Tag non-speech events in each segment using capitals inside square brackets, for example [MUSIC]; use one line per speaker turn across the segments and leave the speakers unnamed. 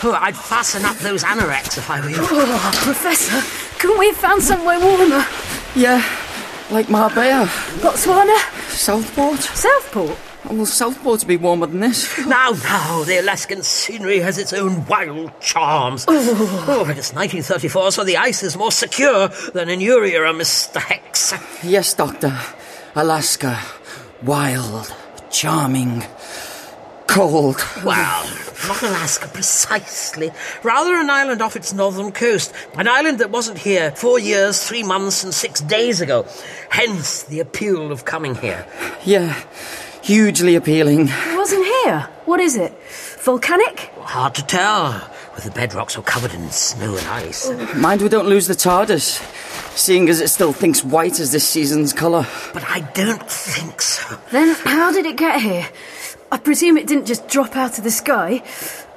Oh, I'd fasten up those anoraks if I were you.
Oh, Professor, couldn't we have found somewhere warmer?
Yeah, like Marbella,
Botswana?
Southport.
Southport?
Well, Southport'd be warmer than this.
Now, now, the Alaskan scenery has its own wild charms. Oh, but it's 1934, so the ice is more secure than in Uria, Mr. Hex.
Yes, Doctor. Alaska. Wild. Charming. Cold.
Well, not Alaska precisely. Rather an island off its northern coast. An island that wasn't here four years, three months, and six days ago. Hence the appeal of coming here.
Yeah, hugely appealing.
It wasn't here. What is it? Volcanic?
Hard to tell, with the bedrocks all covered in snow and ice.
Mind we don't lose the TARDIS, seeing as it still thinks white is this season's colour.
But I don't think so.
Then how did it get here? I presume it didn't just drop out of the sky,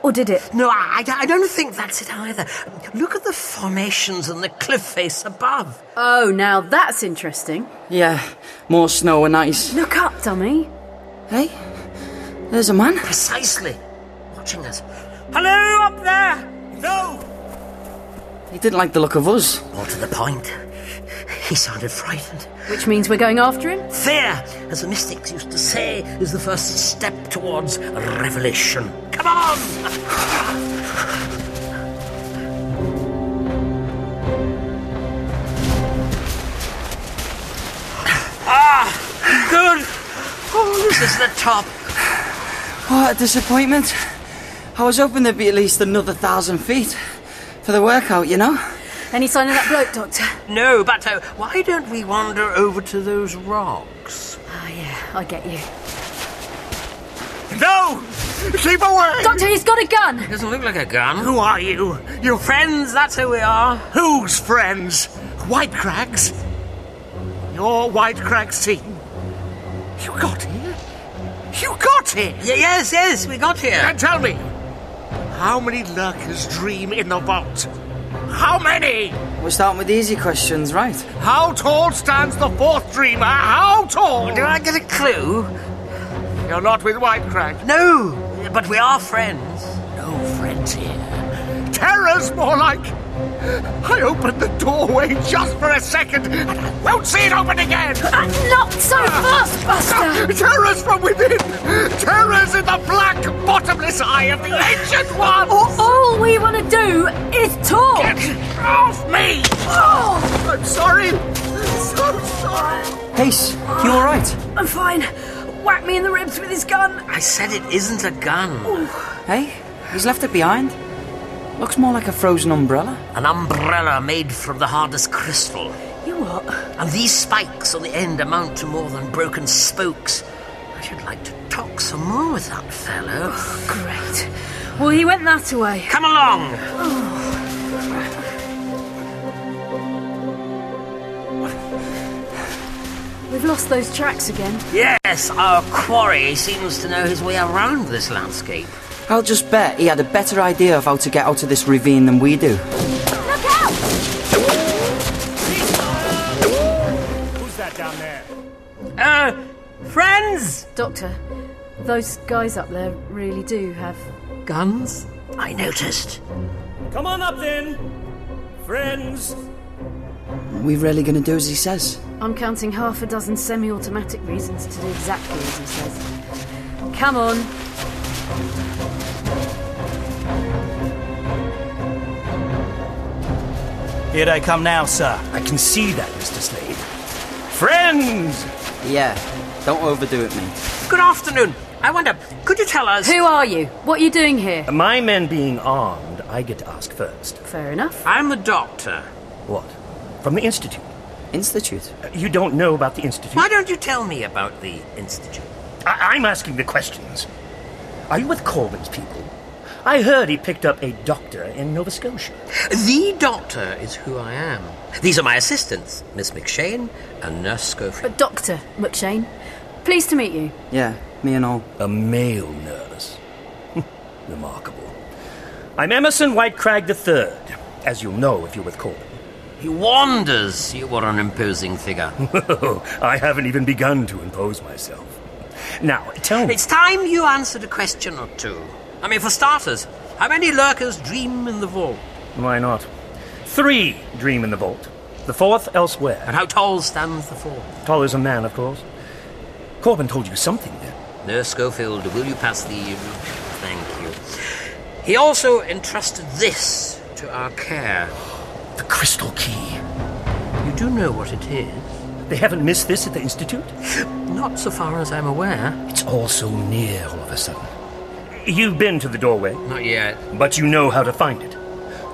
or did it?
No, I, I don't think that's it either. Look at the formations and the cliff face above.
Oh, now that's interesting.
Yeah, more snow and ice.
Look up, dummy.
Hey, there's a man.
Precisely. Watching us. Hello up there! No!
He didn't like the look of us.
More to the point. He sounded frightened.
Which means we're going after him?
Fear, as the mystics used to say, is the first step towards revelation. Come on! ah! Good! Oh, this is the top.
What a disappointment. I was hoping there'd be at least another thousand feet for the workout, you know?
Any sign of that bloke, Doctor?
No, but uh, why don't we wander over to those rocks?
Oh, yeah, I get you.
No! Keep away!
Doctor, he's got a gun!
Doesn't look like a gun.
Who are you?
Your friends, that's who we are.
Whose friends? White Crags? Your White Crags team? You got here? You got here?
Y- yes, yes, we got here.
And tell me, how many lurkers dream in the vault? How many?
We're starting with the easy questions, right?
How tall stands the fourth dreamer? How tall?
Do I get a clue?
You're not with White Crag.
No, but we are friends.
No friends here. Terror's more like. I opened the doorway just for a second, and I won't see it open again. Ah.
Uh, not so fast, Buster!
Terrors from within! Terrors in the black, bottomless eye of the ancient one!
All we want to do is talk!
Get off me!
Oh,
I'm sorry. So sorry.
Pace, you alright?
I'm fine. Whack me in the ribs with his gun. Oh.
I said it isn't a gun.
Hey, he's left it behind. Looks more like a frozen umbrella.
An umbrella made from the hardest crystal.
You what?
And these spikes on the end amount to more than broken spokes. I should like to talk some more with that fellow.
Great. Well, he went that way. Oh.
Come along!
We've lost those tracks again.
Yes, our quarry seems to know his way around this landscape.
I'll just bet he had a better idea of how to get out of this ravine than we do.
Look out!
Who's that down there?
Uh, friends!
Doctor, those guys up there really do have.
Guns? I noticed.
Come on up then, friends.
We're really gonna do as he says.
I'm counting half a dozen semi automatic reasons to do exactly as he says. Come on.
Here I come now, sir. I can see that, Mr. Slade. Friends!
Yeah, don't overdo it, mate.
Good afternoon. I wonder, could you tell us?
Who are you? What are you doing here?
My men being armed, I get to ask first.
Fair enough.
I'm the doctor.
What? From the Institute. Uh,
Institute.
You don't know about the Institute?
Why don't you tell me about the Institute?
I- I'm asking the questions. Are you with Corbyn's people? I heard he picked up a doctor in Nova Scotia.
The doctor is who I am. These are my assistants, Miss McShane and Nurse Schofield.
But Doctor McShane, pleased to meet you.
Yeah, me and all.
A male nurse. [LAUGHS] Remarkable. I'm Emerson Whitecrag III, as you'll know if you're with Corbyn.
He wanders. You are an imposing figure.
[LAUGHS] I haven't even begun to impose myself. Now, tell me.
it's time you answered a question or two. I mean, for starters, How many lurkers dream in the vault?
Why not? Three dream in the vault, the fourth elsewhere.
And how tall stands the fourth?
Tall as a man, of course. Corbin told you something then.
Nurse Schofield, will you pass the. Thank you. He also entrusted this to our care.
The crystal key.
You do know what it is?
They haven't missed this at the Institute?
Not so far as I'm aware.
It's all so near all of a sudden. You've been to the doorway,
Not yet.
but you know how to find it.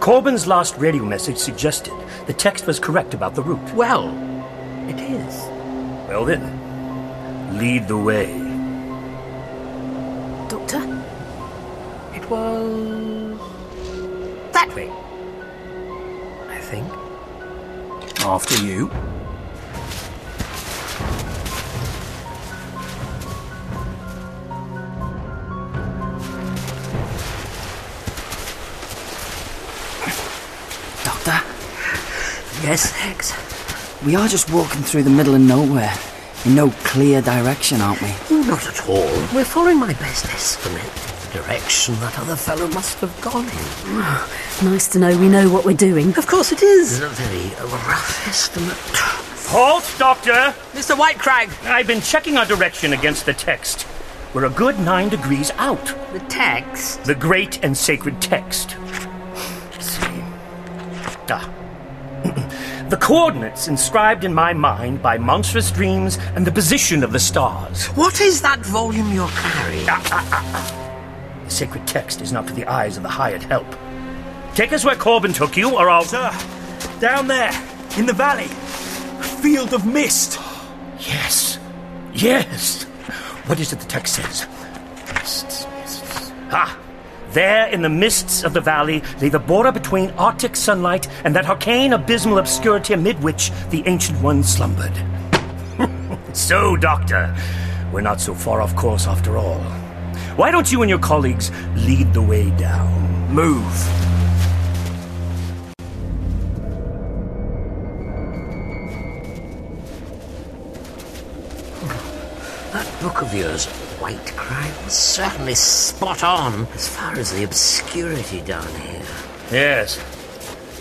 Corbin's last radio message suggested the text was correct about the route.
Well, it is.
Well then, lead the way.
Doctor?
It was. that way. I think.
After you.
Doctor,
Yes, Hex.
we are just walking through the middle of nowhere in no clear direction, aren't we?
Oh, not at all. We're following my best estimate. The direction that other fellow must have gone in.
[SIGHS] Nice to know we know what we're doing.
Of course, it is a very rough estimate.
Halt, Doctor!
Mr. Whitecrag,
I've been checking our direction against the text. We're a good nine degrees out.
the text.
The great and sacred text. See. Ah. [CLEARS THROAT] the coordinates inscribed in my mind by monstrous dreams and the position of the stars.
What is that volume you're carrying?
[LAUGHS] The sacred text is not for the eyes of the hired help. Take us where Corbin took you, or I'll.
Sir, down there, in the valley. Field of mist.
Yes. Yes. What is it the text says? Ah! There in the mists of the valley lay the border between Arctic sunlight and that arcane abysmal obscurity amid which the ancient one slumbered. [LAUGHS] so, Doctor, we're not so far off course after all. Why don't you and your colleagues lead the way down? Move.
That book of yours, Whitecrag, was certainly spot on as far as the obscurity down here.
Yes.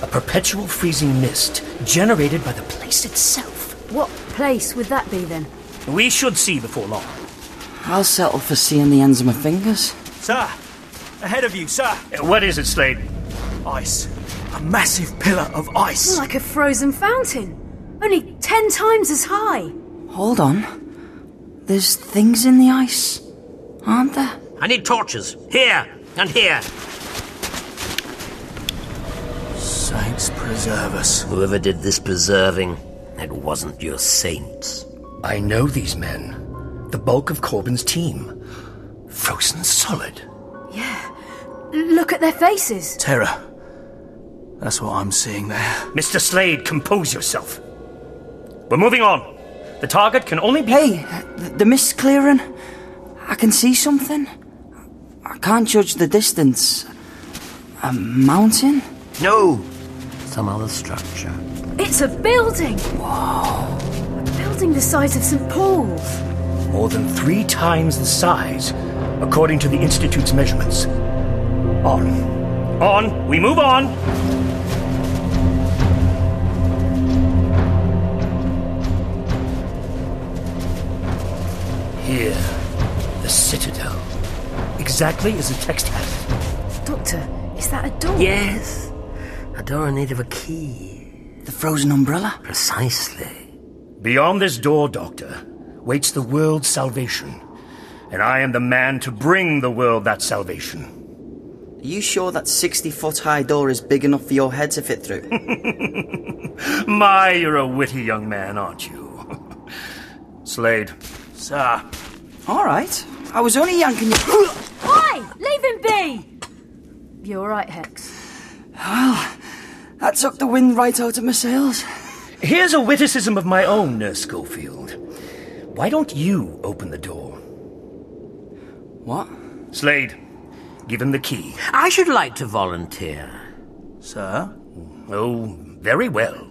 A perpetual freezing mist generated by the place itself.
What place would that be then?
We should see before long.
I'll settle for seeing the ends of my fingers.
Sir, ahead of you, sir.
Uh, What is it, Slade?
Ice. A massive pillar of ice.
Like a frozen fountain. Only ten times as high.
Hold on. There's things in the ice, aren't there?
I need torches. Here and here.
Saints preserve us.
Whoever did this preserving, it wasn't your saints.
I know these men. The bulk of Corbin's team. Frozen solid.
Yeah. L- Look at their faces.
Terror. That's what I'm seeing there.
Mr. Slade, compose yourself. We're moving on. The target can only be.
Hey, th- the mist's clearing. I can see something. I can't judge the distance. A mountain?
No! Some other structure.
It's a building. Whoa. A building the size of St. Paul's.
More than three times the size, according to the Institute's measurements. On. On. We move on. Here, the Citadel. Exactly as the text has it.
Doctor, is that a door?
Yes. A door in need of a key.
The frozen umbrella?
Precisely.
Beyond this door, Doctor, waits the world's salvation. And I am the man to bring the world that salvation.
Are you sure that 60 foot high door is big enough for your head to fit through?
[LAUGHS]
My, you're a witty young man, aren't you? [LAUGHS] Slade.
Sir.
Alright. I was only yanking you.
Oi! Leave him be! You're right, Hex.
That took the wind right out of my sails.
Here's a witticism of my own, Nurse Schofield. Why don't you open the door?
What?
Slade, give him the key.
I should like to volunteer.
Sir?
Oh, very well.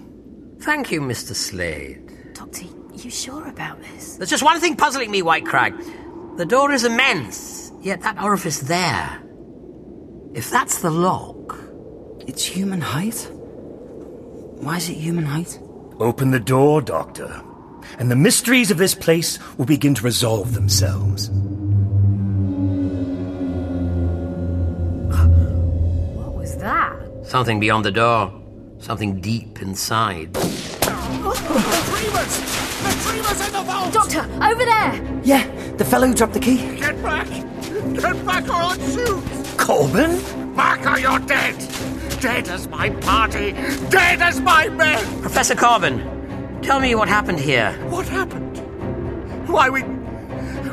Thank you, Mr. Slade.
Doctor, you sure about this?
There's just one thing puzzling me, White Crag. The door is immense, yet that orifice there If that's the lock.
It's human height? Why is it human height?
Open the door, Doctor, and the mysteries of this place will begin to resolve themselves.
What was that?
Something beyond the door. Something deep inside.
Reavers! The Reavers in the vault!
Doctor, over there!
Yeah, the fellow who dropped the key.
Get back! Get back or I'll shoot!
Corbin?
Back or you're dead! Dead as my party! Dead as my men!
Professor Corbin, tell me what happened here.
What happened? Why, we.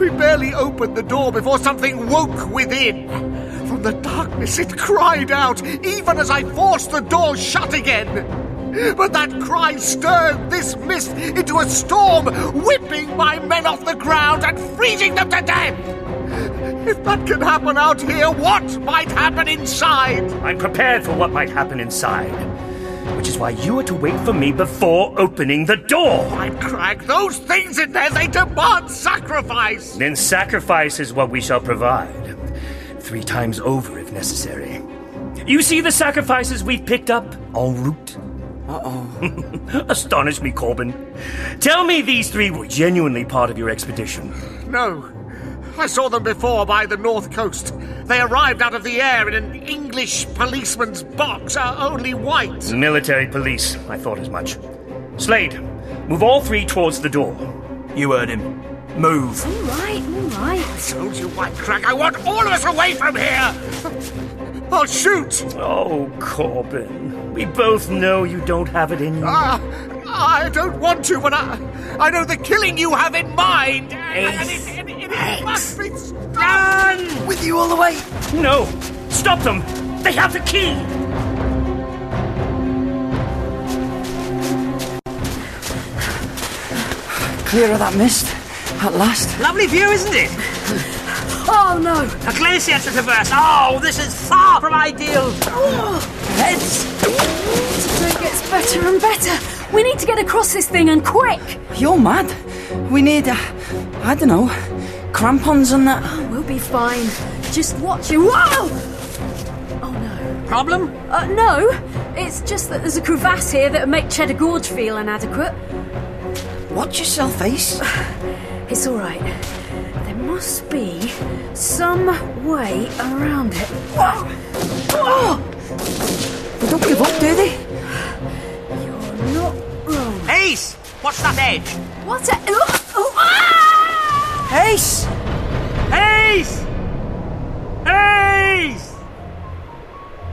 We barely opened the door before something woke within. From the darkness, it cried out, even as I forced the door shut again. But that cry stirred this mist into a storm, whipping my men off the ground and freezing them to death. If that can happen out here, what might happen inside?
I'm prepared for what might happen inside, which is why you are to wait for me before opening the door.
I'd crack those things in there, they demand sacrifice!
Then sacrifice is what we shall provide. Three times over if necessary. You see the sacrifices we've picked up en route? Uh oh. [LAUGHS] Astonish me, Corbin. Tell me these three were genuinely part of your expedition.
No. I saw them before by the north coast. They arrived out of the air in an English policeman's box, uh, only white.
Military police, I thought as much. Slade, move all three towards the door.
You heard him. Move.
All right, all right.
Told you, White Crack, I want all of us away from here! I'll shoot!
Oh, Corbin. We both know you don't have it in you.
Ah, I don't want to, but I, I know the killing you have in mind! And it, and it, and it must be stopped!
With you all the way.
No! Stop them! They have the key!
Clear of that mist. At last.
Lovely view, isn't it?
Oh no!
A glacier to traverse. Oh, this is far from ideal. Heads!
Oh, It gets better and better. We need to get across this thing and quick.
You're mad. We need, uh, I don't know, crampons and that.
We'll be fine. Just watch it. Whoa! Oh
Problem?
no. Uh, no. It's just that there's a crevasse here that would make Cheddar Gorge feel inadequate.
Watch yourself, Ace.
[SIGHS] It's all right. There must be some way [SIGHS] around it. Whoa! Whoa!
They don't give up, do they?
You're not wrong.
Ace! What's that edge?
What a. Oh, oh, ah!
Ace!
Ace! Ace!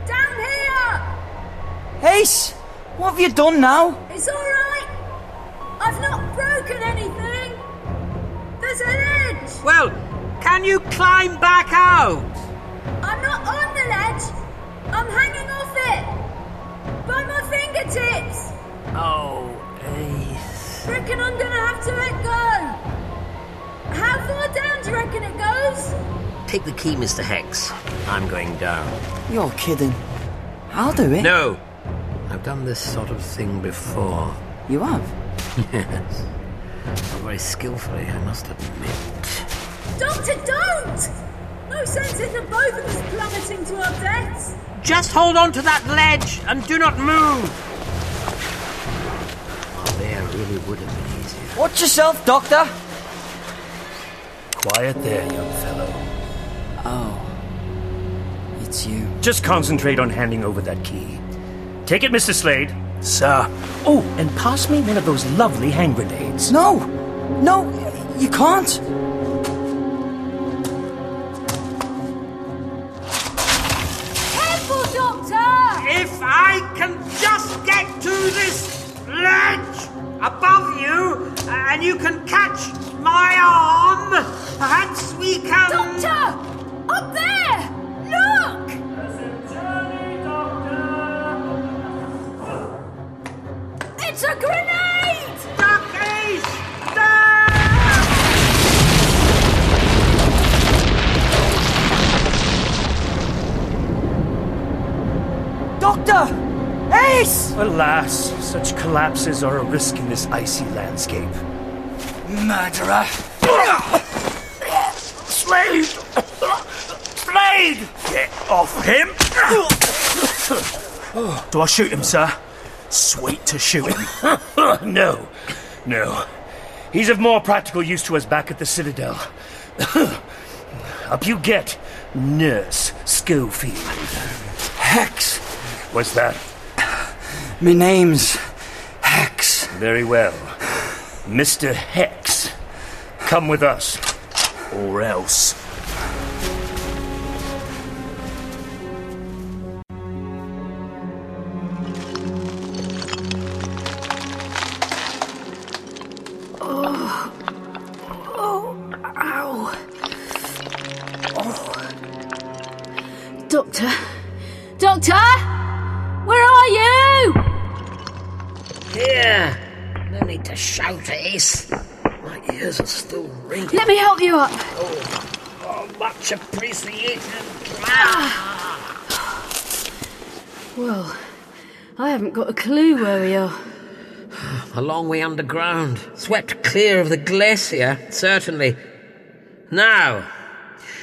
Down here!
Ace! What have you done now?
It's all right. I've not broken anything. There's an edge.
Well, can you climb back out?
I'm not on the ledge. I'm hanging off it. By my fingertips.
Oh, Ace.
Reckon I'm gonna have to let go. How far down do you reckon it goes?
Take the key, Mr. Hex. I'm going down.
You're kidding. I'll do it.
No. I've done this sort of thing before.
You have?
[LAUGHS] Yes. Not very skillfully, I must admit.
Doctor, don't! No sense in them both of us plummeting to our deaths.
Just hold on to that ledge and do not move. Oh, there really would have been easier.
Watch yourself, Doctor.
Quiet there, young fellow.
Oh. It's you.
Just concentrate on handing over that key. Take it, Mr. Slade.
Sir.
Oh, and pass me one of those lovely hand grenades.
No! No, you can't!
Careful, Doctor!
If I can just get to this ledge above you uh, and you can catch my arm, perhaps we can.
Doctor! Up there! Look! It's a grenade!
Duckies! Down!
Doctor! Ace!
Alas, such collapses are a risk in this icy landscape.
Murderer!
Slade! Slade!
blade! Get off him! Oh, Do I shoot him, sir? Sweet to shoot him.
[LAUGHS] no, no. He's of more practical use to us back at the Citadel. [CLEARS THROAT] Up you get, Nurse Schofield.
Hex!
What's that?
Me name's Hex.
Very well. Mr. Hex, come with us.
Or else.
Oh, ow. Oh. Doctor? Doctor? Where are you?
Here! No need to shout, Ace. My ears are still ringing.
Let me help you up.
Oh, much appreciated. Ah,
Well, I haven't got a clue where we are.
A long way underground, swept clear of the glacier, certainly. Now,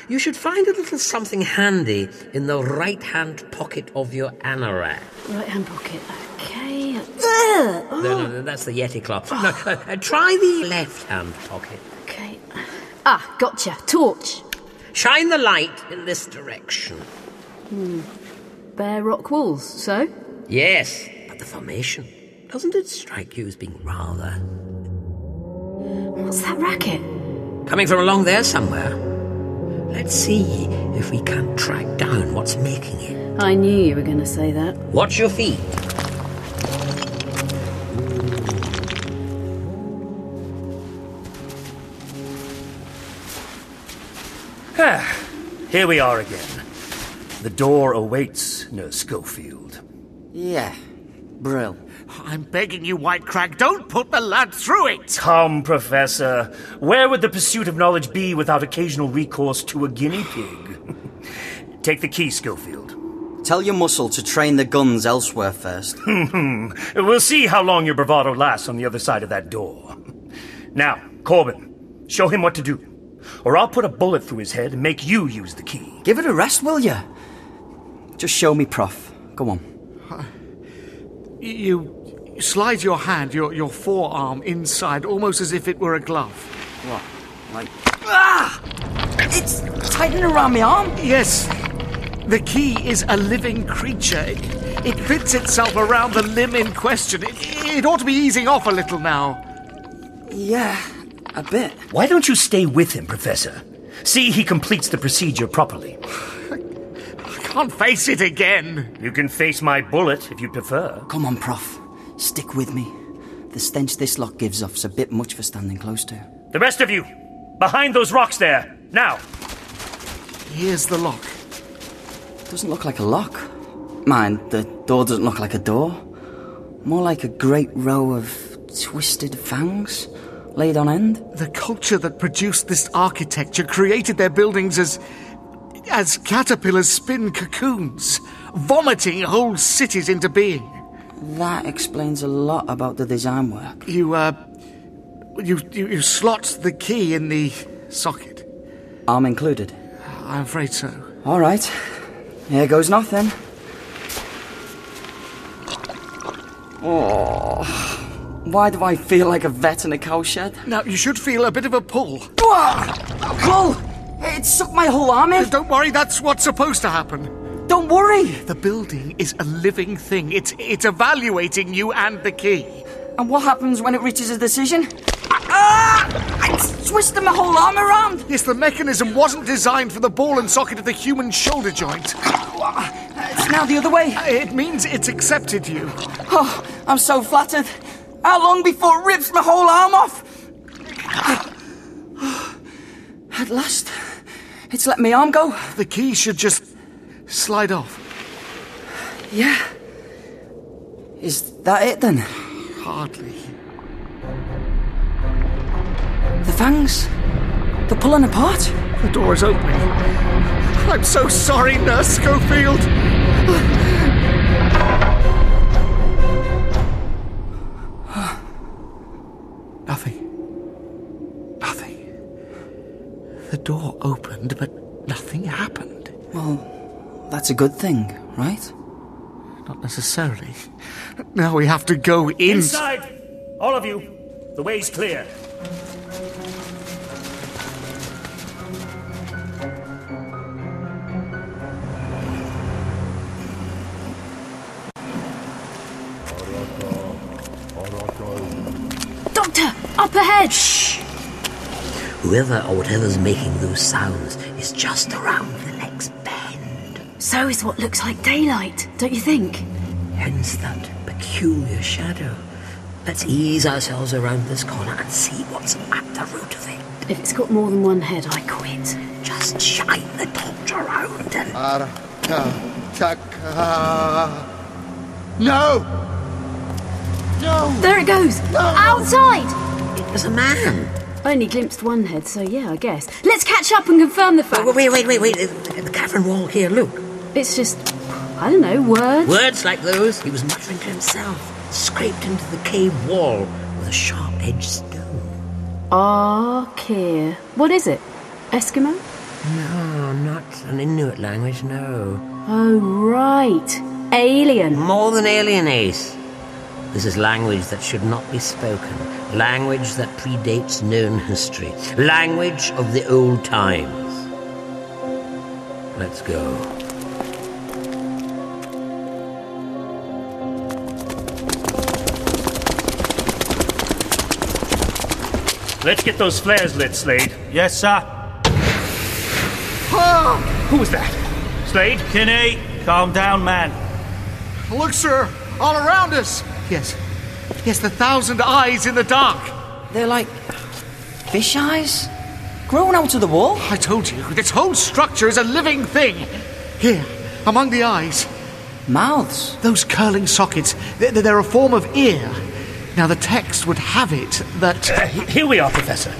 you should find a little something handy in the right hand pocket of your anorak.
Right hand pocket. Okay.
No, no, no, that's the Yeti claw. No, uh, uh, try the left hand pocket.
Okay. Ah, gotcha. Torch.
Shine the light in this direction.
Hmm. Bare rock walls, so?
Yes, but the formation. Doesn't it strike you as being rather.
What's that racket?
Coming from along there somewhere. Let's see if we can track down what's making it.
I knew you were going to say that.
Watch your feet.
Ah, Here we are again. The door awaits Nurse Schofield.
Yeah, Brill.
I'm begging you, White Crag, don't put the lad through it!
Come, Professor. Where would the pursuit of knowledge be without occasional recourse to a guinea pig? [LAUGHS] Take the key, Schofield. [LAUGHS]
Tell your muscle to train the guns elsewhere first.
We'll see how long your bravado lasts on the other side of that door. Now, Corbin, show him what to do. Or I'll put a bullet through his head and make you use the key.
Give it a rest, will you? Just show me, Prof. Go on.
You slide your hand, your, your forearm, inside, almost as if it were a glove.
What? Like. Ah! It's tightening around my arm.
Yes. The key is a living creature. It, it fits itself around the limb in question. It, it ought to be easing off a little now.
Yeah, a bit.
Why don't you stay with him, Professor? See he completes the procedure properly.
I can't face it again.
You can face my bullet if you prefer.
Come on, Prof. Stick with me. The stench this lot gives off's a bit much for standing close to.
The rest of you, behind those rocks there, now.
Here's the lock.
Doesn't look like a lock. Mind, the door doesn't look like a door. More like a great row of twisted fangs laid on end.
The culture that produced this architecture created their buildings as. as caterpillars spin cocoons, vomiting whole cities into being.
That explains a lot about the design work.
You, uh. You, you, you slot the key in the socket.
Arm included.
I'm afraid so.
All right. Here goes nothing. Oh, why do I feel like a vet in a cowshed?
Now, you should feel a bit of a pull.
Pull! It sucked my whole arm in.
Don't worry, that's what's supposed to happen.
Don't worry.
The building is a living thing. It's it's evaluating you and the key.
And what happens when it reaches a decision? Ah! It's twisting my whole arm around.
Yes, the mechanism wasn't designed for the ball and socket of the human shoulder joint.
It's now the other way.
It means it's accepted you.
Oh, I'm so flattered. How long before it rips my whole arm off? At last, it's let my arm go.
The key should just slide off.
Yeah. Is that it then?
Hardly.
The fangs? They're pulling apart?
The door is opening. I'm so sorry, Nurse Schofield. Nothing. Nothing. The door opened, but nothing happened.
That's a good thing, right?
Not necessarily.
Now we have to go in.
Inside! All of you! The way's clear.
Doctor, up ahead! Shh!
Whoever or whatever's making those sounds is just around the next bend.
So is what looks like daylight, don't you think?
Hence that peculiar shadow. Let's ease ourselves around this corner and see what's at the root of it.
If it's got more than one head, I quit.
Just shine the torch around and.
No!
There it goes! Outside!
it was a man!
I only glimpsed one head, so yeah, I guess. Let's catch up and confirm the fact.
Wait, wait, wait, wait, wait. uh, The cavern wall here, look.
It's just, I don't know, words.
Words like those he was muttering to himself, scraped into the cave wall with a sharp edged stone.
Arkir. What is it? Eskimo?
No, not an Inuit language, no.
Oh, right. Alien.
More than alienate. This is language that should not be spoken, language that predates known history, language of the old times. Let's go.
Let's get those flares lit, Slade.
Yes, sir.
Who was that? Slade?
Kinney, calm down, man.
Look, sir! All around us! Yes. Yes, the thousand eyes in the dark!
They're like fish eyes? Growing out of the wall?
I told you, this whole structure is a living thing! Here, among the eyes,
Mouths?
those curling sockets, they're, they're a form of ear. Now, the text would have it that.
Here we are, Professor.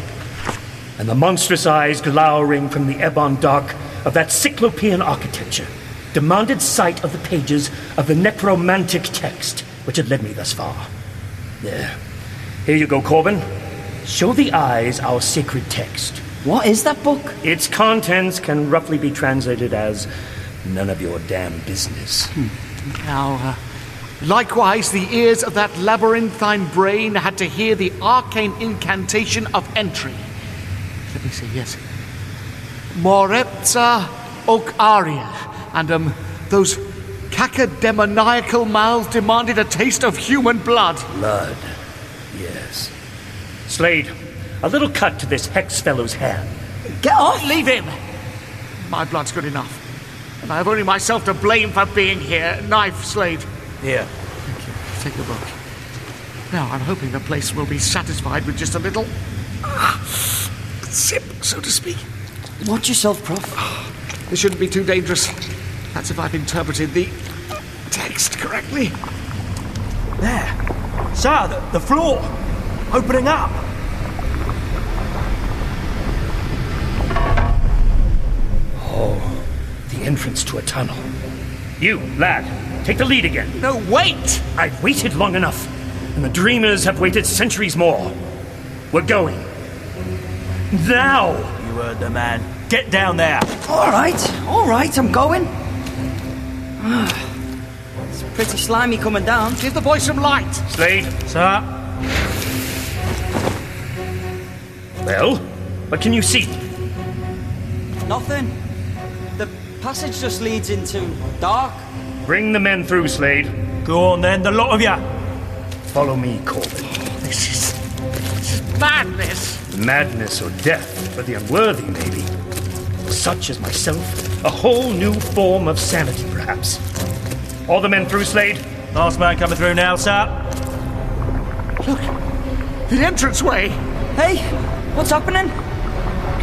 And the monstrous eyes glowering from the ebon dark of that cyclopean architecture demanded sight of the pages of the necromantic text which had led me thus far. There. Here you go, Corbin. Show the eyes our sacred text.
What is that book?
Its contents can roughly be translated as none of your damn business.
Hmm.
Now, uh, likewise, the ears of that labyrinthine brain had to hear the arcane incantation of entry. Let me see, yes. Morepza Okaria. And, um, those cacodemoniacal mouths demanded a taste of human blood.
Blood. Yes. Slade, a little cut to this hex fellow's hand.
Get off!
Leave him! My blood's good enough. And I have only myself to blame for being here. Knife, Slade.
Here.
Thank you. Take the book. Now, I'm hoping the place will be satisfied with just a little. ah, sip, so to speak. Ah,
Watch yourself, Prof.
This shouldn't be too dangerous. That's if I've interpreted the text correctly.
There. Sir, the, the floor. Opening up.
Oh, The entrance to a tunnel. You, lad, take the lead again.
No, wait!
I've waited long enough, and the dreamers have waited centuries more. We're going. Now!
You heard the man. Get down there.
Alright, alright, I'm going. Ah, it's pretty slimy coming down.
Give the boy some light.
Slade?
Sir,
Well, what can you see?
Nothing. The passage just leads into dark.
Bring the men through, Slade.
go on then, the lot of you.
Follow me, Corbin.
This is. This is madness.
Madness or death for the unworthy, maybe. Such as myself, a whole new form of sanity, perhaps. All the men through, Slade?
Last man coming through now, sir.
The entranceway.
Hey, what's happening?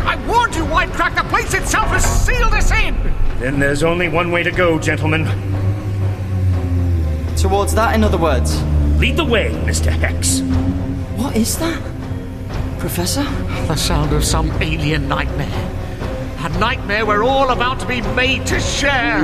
I warned you, Whitecrack, the place itself has sealed us in.
Then there's only one way to go, gentlemen.
Towards that, in other words.
Lead the way, Mr. Hex.
What is that? Professor?
The sound of some alien nightmare. A nightmare we're all about to be made to share.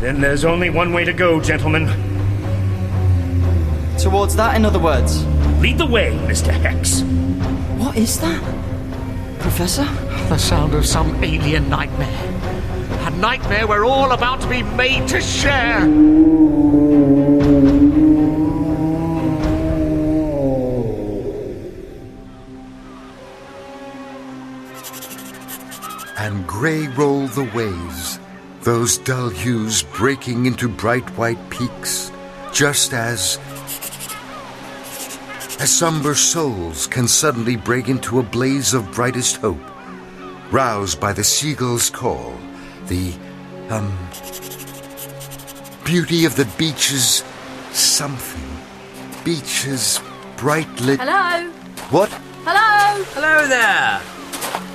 Then there's only one way to go, gentlemen.
Towards that, in other words.
Lead the way, Mr. Hex.
What is that? Professor?
The sound of some alien nightmare. A nightmare we're all about to be made to share.
and grey roll the waves, those dull hues breaking into bright white peaks, just as. As somber souls can suddenly break into a blaze of brightest hope, roused by the seagull's call, the, um. beauty of the beaches. something. Beaches, bright lit.
Hello?
What?
Hello?
Hello there.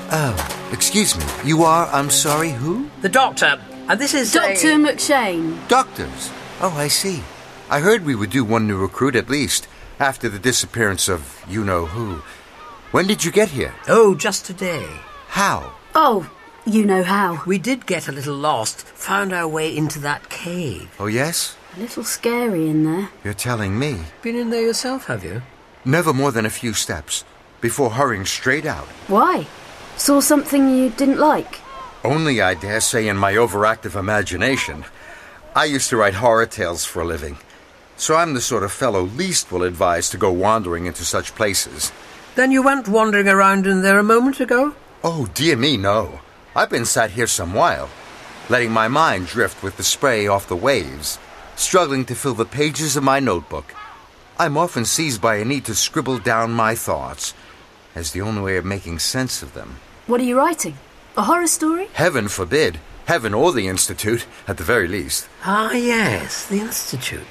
Oh, excuse me. You are, I'm sorry, who?
The doctor. And this is. a-
Dr. McShane.
Doctors. Oh, I see. I heard we would do one new recruit at least after the disappearance of you know who. When did you get here?
Oh, just today.
How?
Oh, you know how.
We did get a little lost, found our way into that cave.
Oh, yes?
A little scary in there.
You're telling me.
Been in there yourself, have you?
Never more than a few steps before hurrying straight out.
Why? Saw something you didn't like?
Only, I dare say, in my overactive imagination. I used to write horror tales for a living, so I'm the sort of fellow least will advise to go wandering into such places.
Then you went wandering around in there a moment ago?
Oh, dear me, no. I've been sat here some while, letting my mind drift with the spray off the waves, struggling to fill the pages of my notebook. I'm often seized by a need to scribble down my thoughts, as the only way of making sense of them.
What are you writing? A horror story?
Heaven forbid, heaven or the Institute, at the very least.
Ah, yes, the Institute.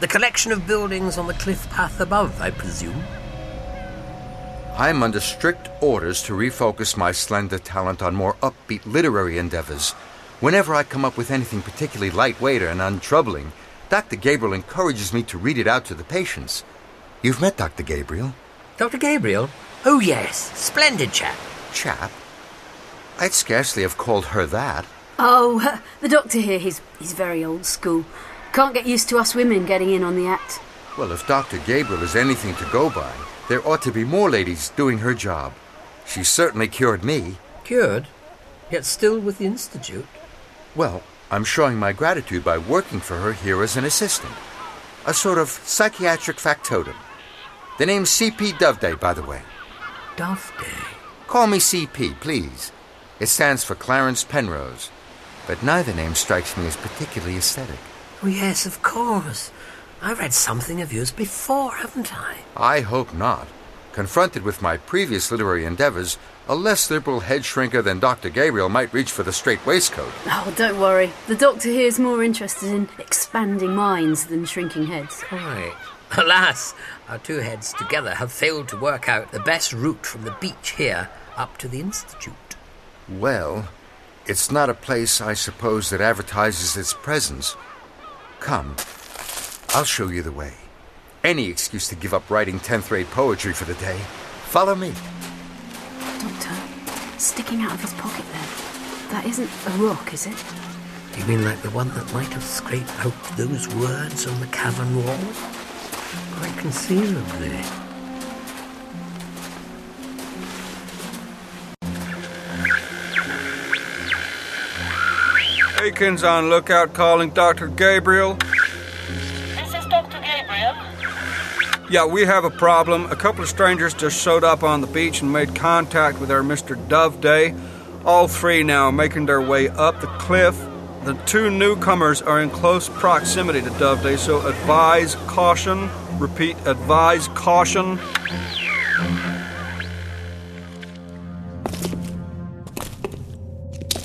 The collection of buildings on the cliff path above, I presume.
I'm under strict orders to refocus my slender talent on more upbeat literary endeavors. Whenever I come up with anything particularly lightweight and untroubling, Dr. Gabriel encourages me to read it out to the patients. You've met Dr. Gabriel?
Dr. Gabriel? Oh, yes, splendid chap.
Chap? I'd scarcely have called her that.
Oh, [LAUGHS] the doctor here, he's, he's very old school. Can't get used to us women getting in on the act.
Well, if Dr. Gabriel is anything to go by, there ought to be more ladies doing her job. She certainly cured me.
Cured, yet still with the Institute.
Well, I'm showing my gratitude by working for her here as an assistant. A sort of psychiatric factotum. The name's C.P. Doveday, by the way.
Duff Day.
Call me C.P., please. It stands for Clarence Penrose. But neither name strikes me as particularly aesthetic.
Oh, yes, of course. I read something of yours before, haven't I?
I hope not. Confronted with my previous literary endeavors, a less liberal head shrinker than Dr. Gabriel might reach for the straight waistcoat.
Oh, don't worry. The doctor here is more interested in expanding minds than shrinking heads.
Right. Alas, our two heads together have failed to work out the best route from the beach here up to the Institute.
Well, it's not a place, I suppose, that advertises its presence. Come, I'll show you the way. Any excuse to give up writing 10th grade poetry for the day. Follow me.
Doctor, sticking out of his pocket there. That isn't a rock, is it?
You mean like the one that might have scraped out those words on the cavern wall? Quite conceivably.
Aikens on lookout calling Dr. Gabriel.
This is Dr. Gabriel.
Yeah, we have a problem. A couple of strangers just showed up on the beach and made contact with our Mr. Doveday. All three now making their way up the cliff. The two newcomers are in close proximity to Doveday, so advise caution. Repeat, advise caution.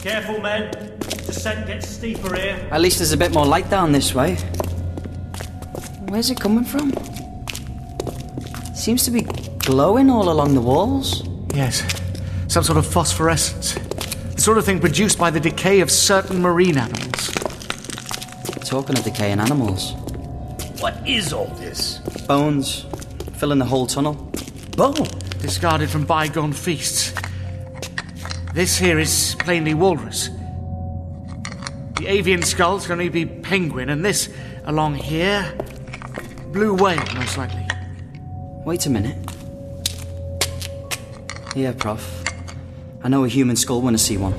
Careful, men. Descent gets steeper here.
At least there's a bit more light down this way. Where's it coming from? Seems to be glowing all along the walls.
Yes, some sort of phosphorescence. The sort of thing produced by the decay of certain marine animals.
Talking of decaying animals.
What is all this?
Bones filling the whole tunnel.
Bone.
discarded from bygone feasts. This here is plainly walrus. The avian skulls can only be penguin, and this along here, blue whale, most likely.
Wait a minute. Yeah, Prof. I know a human skull when I see one.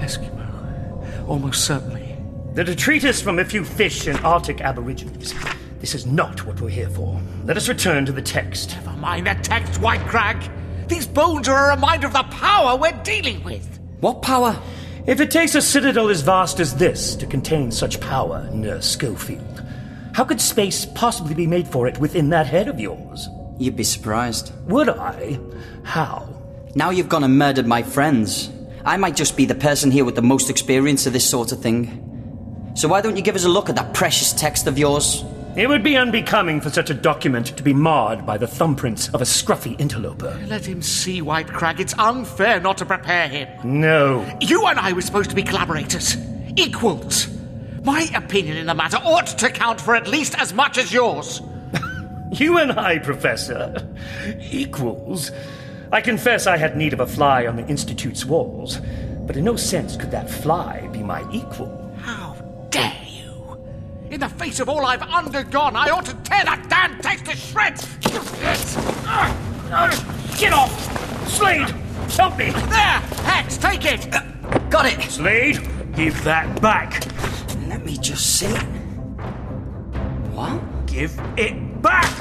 Eskimo. Almost certainly.
The detritus from a few fish and Arctic aborigines. This is not what we're here for. Let us return to the text.
Never mind that text, White Crag. These bones are a reminder of the power we're dealing with.
What power?
If it takes a citadel as vast as this to contain such power, Nurse Schofield, how could space possibly be made for it within that head of yours?
You'd be surprised.
Would I? How?
Now you've gone and murdered my friends. I might just be the person here with the most experience of this sort of thing. So why don't you give us a look at that precious text of yours?
It would be unbecoming for such a document to be marred by the thumbprints of a scruffy interloper.
Let him see, White Crag. It's unfair not to prepare him.
No.
You and I were supposed to be collaborators, equals. My opinion in the matter ought to count for at least as much as yours.
You and I, Professor, [LAUGHS] equals. I confess I had need of a fly on the Institute's walls, but in no sense could that fly be my equal.
How dare you! In the face of all I've undergone, I ought to tear that damn text to shreds!
Get off! Slade, help me!
There! Hex, take it!
Got it!
Slade, give that back!
Let me just see. What?
Give it back!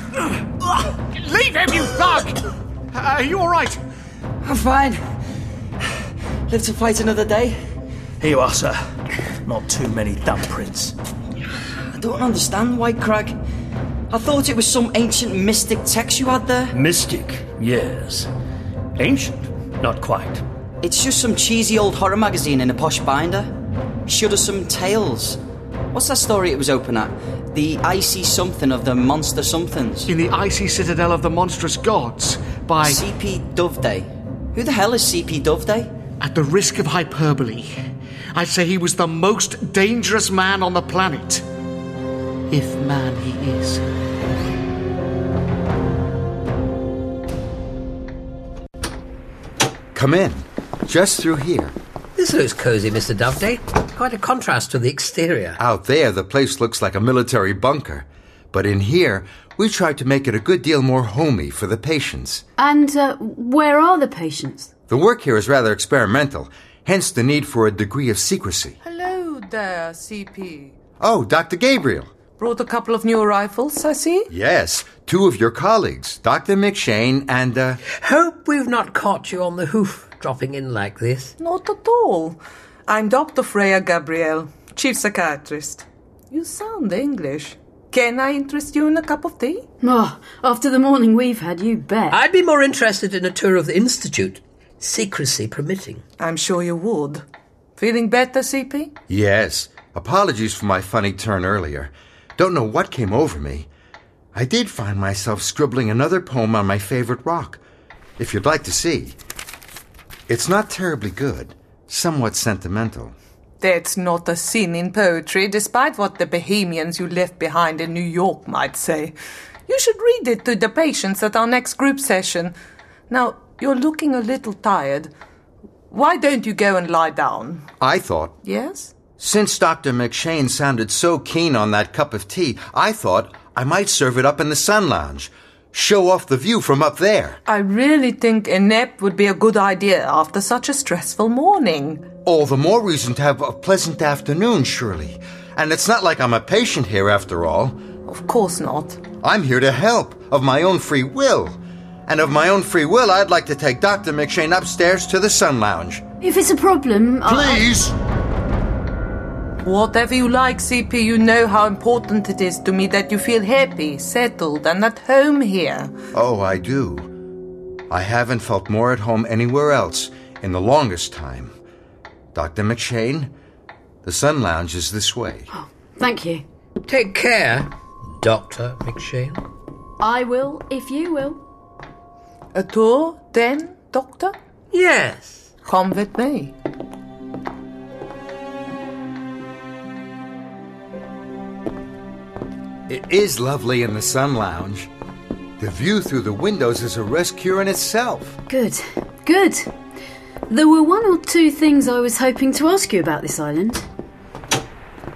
Leave him, you thug! Are you all right?
I'm fine. Live to fight another day.
Here you are, sir. Not too many thumbprints.
I don't understand, White Crag. I thought it was some ancient mystic text you had there.
Mystic, yes. Ancient, not quite.
It's just some cheesy old horror magazine in a posh binder. Shuddersome Tales. What's that story it was open at? The Icy Something of the Monster Somethings.
In the icy citadel of the monstrous gods, by.
CP Doveday. Who the hell is CP Doveday?
At the risk of hyperbole, I'd say he was the most dangerous man on the planet. If man he is.
Come in. Just through here.
This looks cosy, Mr. Doveday. Quite a contrast to the exterior.
Out there, the place looks like a military bunker. But in here, we tried to make it a good deal more homey for the patients.
And uh, where are the patients?
The work here is rather experimental, hence the need for a degree of secrecy.
Hello there, CP.
Oh, Dr. Gabriel.
Brought a couple of new arrivals, I see.
Yes, two of your colleagues, Dr. McShane and, uh,
Hope we've not caught you on the hoof dropping in like this.
Not at all. I'm Dr. Freya Gabriel, chief psychiatrist. You sound English. Can I interest you in a cup of tea?
Oh, after the morning we've had, you bet.
I'd be more interested in a tour of the Institute, secrecy permitting.
I'm sure you would. Feeling better, CP?
Yes, apologies for my funny turn earlier. Don't know what came over me. I did find myself scribbling another poem on my favorite rock. If you'd like to see. It's not terribly good, somewhat sentimental.
That's not a sin in poetry, despite what the Bohemians you left behind in New York might say. You should read it to the patients at our next group session. Now, you're looking a little tired. Why don't you go and lie down?
I thought,
Yes?
since Dr. McShane sounded so keen on that cup of tea, I thought I might serve it up in the sun lounge. Show off the view from up there.
I really think a nap would be a good idea after such a stressful morning.
All the more reason to have a pleasant afternoon, surely. And it's not like I'm a patient here after all.
Of course not.
I'm here to help, of my own free will. And of my own free will, I'd like to take Dr. McShane upstairs to the sun lounge.
If it's a problem, I-
Please!
Whatever you like, CP, you know how important it is to me that you feel happy, settled, and at home here.
Oh, I do. I haven't felt more at home anywhere else in the longest time. Dr. McShane, the sun lounge is this way.
thank you.
Take care, Dr. McShane.
I will, if you will.
A tour, then, Doctor?
Yes.
Come with me.
It is lovely in the sun lounge. The view through the windows is a rest cure in itself.
Good. Good. There were one or two things I was hoping to ask you about this island.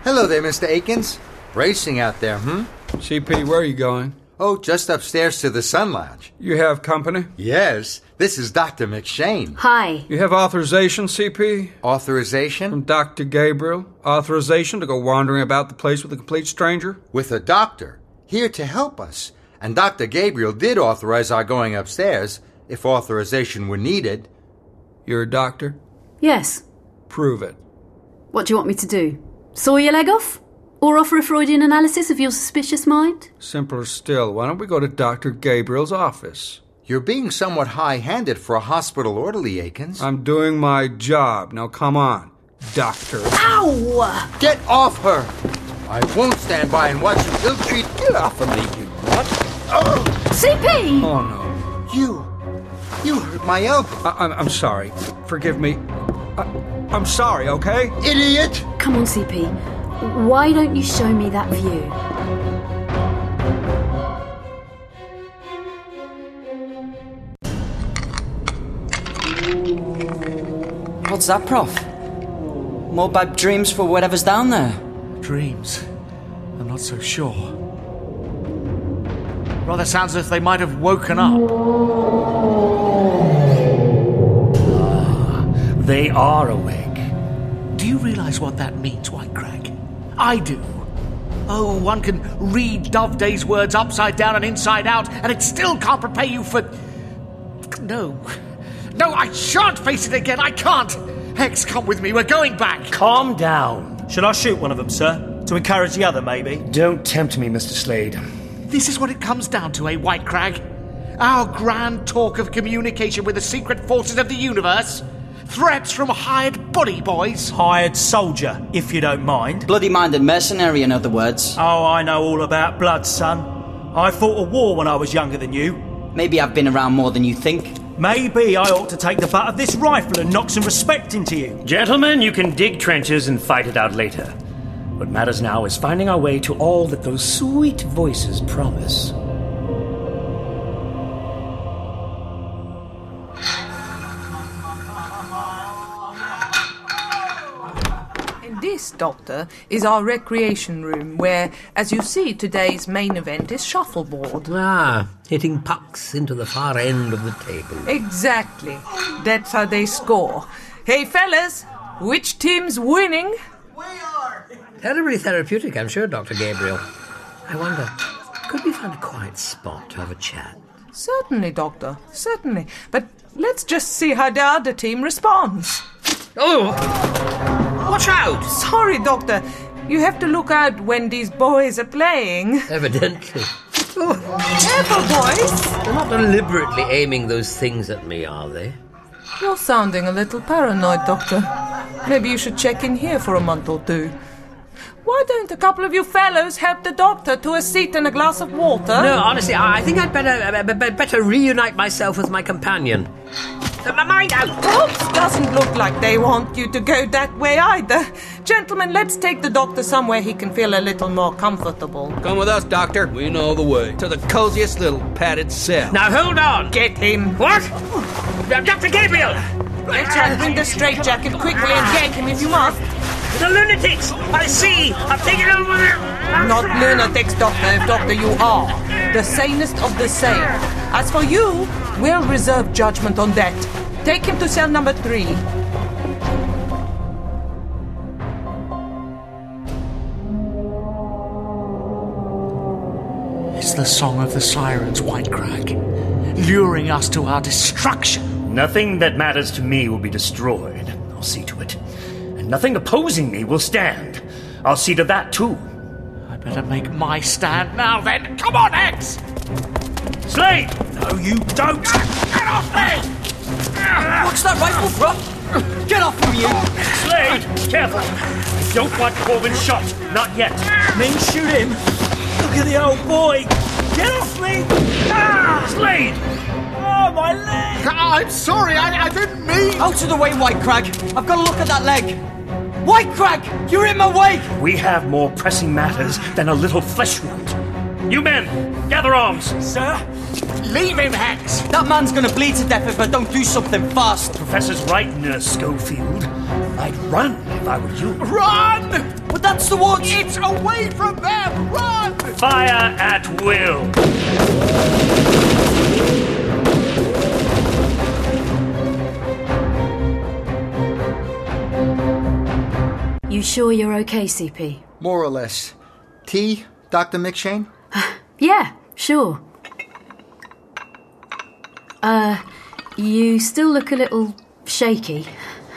Hello there, Mr. Aikens. Racing out there, hmm?
CP, where are you going?
Oh, just upstairs to the Sun Lounge.
You have company?
Yes. This is Dr. McShane.
Hi.
You have authorization, CP?
Authorization?
From Dr. Gabriel. Authorization to go wandering about the place with a complete stranger?
With a doctor. Here to help us. And Dr. Gabriel did authorize our going upstairs, if authorization were needed.
You're a doctor?
Yes.
Prove it.
What do you want me to do? Saw your leg off? Or offer a Freudian analysis of your suspicious mind?
Simpler still, why don't we go to Dr. Gabriel's office?
You're being somewhat high handed for a hospital orderly, Akins.
I'm doing my job. Now come on, doctor.
Ow!
Get off her! I won't stand by and watch you ill treat. Get off of me, you nut! Oh!
CP!
Oh no.
You! You hurt my elbow.
I- I'm-, I'm sorry. Forgive me. I- I'm sorry, okay?
Idiot!
Come on, CP. Why don't you show me that view?
What's that, Prof? More bad dreams for whatever's down there.
Dreams? I'm not so sure. Rather sounds as if they might have woken up. Ah,
They are awake.
Do you realize what that means, White Crag? I do. Oh, one can read Doveday's words upside down and inside out, and it still can't prepare you for. No. No, I shan't face it again. I can't. Hex, come with me. We're going back.
Calm down.
Shall I shoot one of them, sir? To encourage the other, maybe?
Don't tempt me, Mr. Slade.
This is what it comes down to, eh, White Crag? Our grand talk of communication with the secret forces of the universe? Threats from hired bully boys?
Hired soldier, if you don't mind.
Bloody minded mercenary, in other words.
Oh, I know all about blood, son. I fought a war when I was younger than you.
Maybe I've been around more than you think.
Maybe I ought to take the butt of this rifle and knock some respect into you.
Gentlemen, you can dig trenches and fight it out later. What matters now is finding our way to all that those sweet voices promise.
This, Doctor, is our recreation room where, as you see, today's main event is shuffleboard.
Ah, hitting pucks into the far end of the table.
Exactly. That's how they score. Hey, fellas, which team's winning?
Terribly therapeutic, I'm sure, Dr. Gabriel. I wonder, could we find a quiet spot to have a chat?
Certainly, Doctor, certainly. But let's just see how the other team responds.
Oh! Watch out!
Sorry, Doctor. You have to look out when these boys are playing.
Evidently.
Oh. Careful, boys!
They're not deliberately aiming those things at me, are they?
You're sounding a little paranoid, Doctor. Maybe you should check in here for a month or two. Why don't a couple of you fellows help the doctor to a seat and a glass of water?
No, honestly, I I think I'd better uh, b- b- better reunite myself with my companion. Uh, my mind out!
Oops, doesn't look like they want you to go that way either. Gentlemen, let's take the doctor somewhere he can feel a little more comfortable.
Come with us, Doctor. We know the way. To the coziest little padded cell.
Now hold on!
Get him.
What? Uh, Dr. Gabriel!
Get out in the straitjacket quickly and gag him if you must.
The lunatics! I see! I've taken over their...
Not lunatics, Doctor, if Doctor you are. The sanest of the sane. As for you, we'll reserve judgment on that. Take him to cell number three.
It's the song of the sirens, White Crag, luring us to our destruction.
Nothing that matters to me will be destroyed. I'll see to it. And nothing opposing me will stand. I'll see to that too.
I better make my stand now then. Come on, X!
Slade! No, you don't!
Get off me!
What's that rifle, Prof? Get off from you!
Slade! Careful! I don't want Corbin shot. Not yet.
Me shoot him? Look at the old boy! Get off me! Ah!
Slade!
Oh, my leg!
oh, I'm sorry, I, I didn't mean.
Out of the way, White Crag! I've got to look at that leg! White Crag! You're in my way!
We have more pressing matters than a little flesh wound. You men, gather arms.
Sir?
Leave him, Hex!
That man's gonna bleed to death if I don't do something fast.
Professor's right, Nurse Schofield. I'd run if I were you.
Run!
But that's the woods!
It's away from them! Run!
Fire at will.
You sure you're okay, CP?
More or less. Tea,
[LAUGHS]
Dr. McShane?
Yeah, sure. Uh, you still look a little shaky.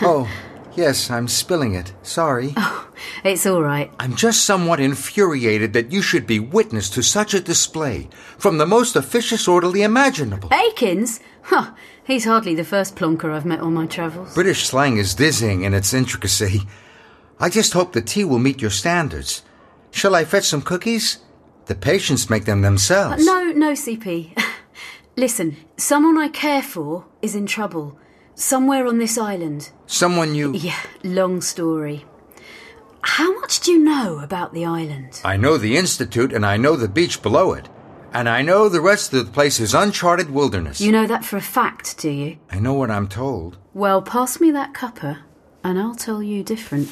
Oh, yes, I'm spilling it. Sorry.
Oh, It's all right.
I'm just somewhat infuriated that you should be witness to such a display from the most officious orderly imaginable.
Aikins? Huh, he's hardly the first plonker I've met on my travels.
British slang is dizzying in its intricacy. I just hope the tea will meet your standards. Shall I fetch some cookies? The patients make them
Uh,
themselves.
no, no, CP. [LAUGHS] Listen, someone I care for is in trouble. Somewhere on this island.
Someone you.
Yeah, long story. How much do you know about the island?
I know the Institute and I know the beach below it. And I know the rest of the place is uncharted wilderness.
You know that for a fact, do you?
I know what I'm told.
Well, pass me that cuppa, and I'll tell you different.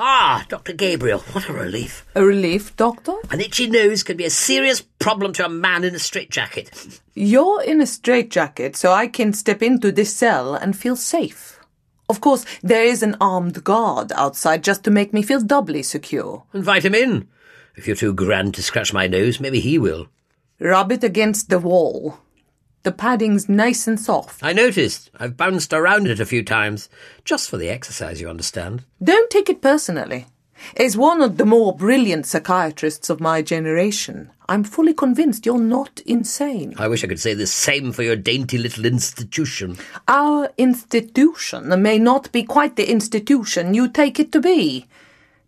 Ah, Dr. Gabriel, what a relief.
A relief, Doctor?
An itchy nose can be a serious problem to a man in a straitjacket.
You're in a straitjacket, so I can step into this cell and feel safe. Of course, there is an armed guard outside just to make me feel doubly secure.
Invite him in. If you're too grand to scratch my nose, maybe he will.
Rub it against the wall. The padding's nice and soft.
I noticed. I've bounced around it a few times. Just for the exercise, you understand.
Don't take it personally. As one of the more brilliant psychiatrists of my generation, I'm fully convinced you're not insane.
I wish I could say the same for your dainty little institution.
Our institution may not be quite the institution you take it to be.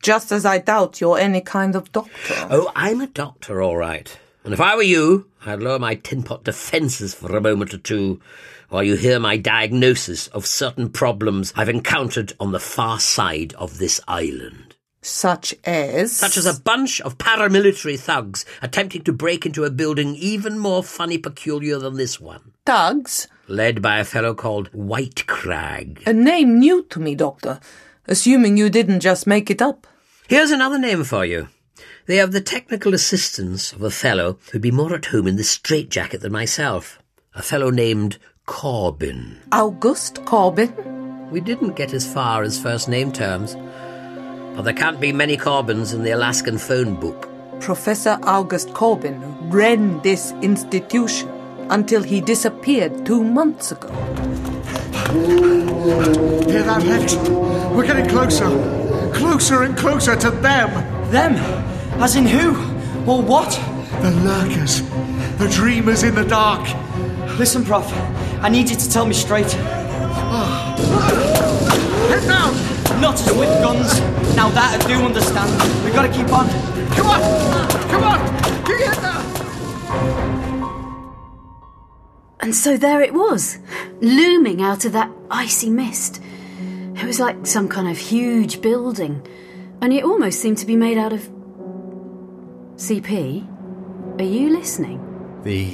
Just as I doubt you're any kind of doctor.
Oh, I'm a doctor, all right. And if I were you, I'd lower my tin pot defences for a moment or two while you hear my diagnosis of certain problems I've encountered on the far side of this island.
Such as?
Such as a bunch of paramilitary thugs attempting to break into a building even more funny peculiar than this one,
Thugs?
led by a fellow called White Crag.
A name new to me, Doctor. Assuming you didn't just make it up.
Here's another name for you. They have the technical assistance of a fellow who'd be more at home in this straitjacket than myself. A fellow named Corbin.
August Corbin?
We didn't get as far as first name terms. But there can't be many Corbins in the Alaskan phone book.
Professor August Corbin ran this institution until he disappeared two months ago.
Hear that, Hex? We're getting closer. Closer and closer to them.
Them? As in who? Or what?
The lurkers. The dreamers in the dark.
Listen, Prof. I need you to tell me straight.
Head down!
Not as with guns. Now that I do understand. We've got to keep on.
Come on! Come on! You get there!
And so there it was, looming out of that icy mist. It was like some kind of huge building, and it almost seemed to be made out of. CP, are you listening?
The,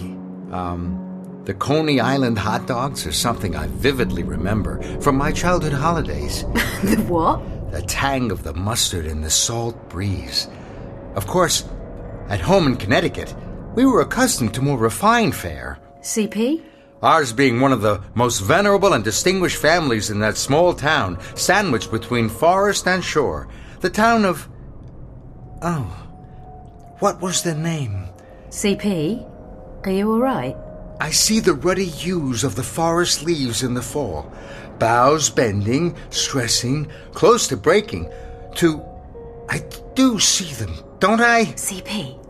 um, the Coney Island hot dogs are something I vividly remember from my childhood holidays.
[LAUGHS] the what?
The tang of the mustard and the salt breeze. Of course, at home in Connecticut, we were accustomed to more refined fare.
CP?
Ours being one of the most venerable and distinguished families in that small town, sandwiched between forest and shore. The town of. Oh. What was the name?
CP, are you alright?
I see the ruddy hues of the forest leaves in the fall, boughs bending, stressing, close to breaking. To. I do see them, don't I?
CP,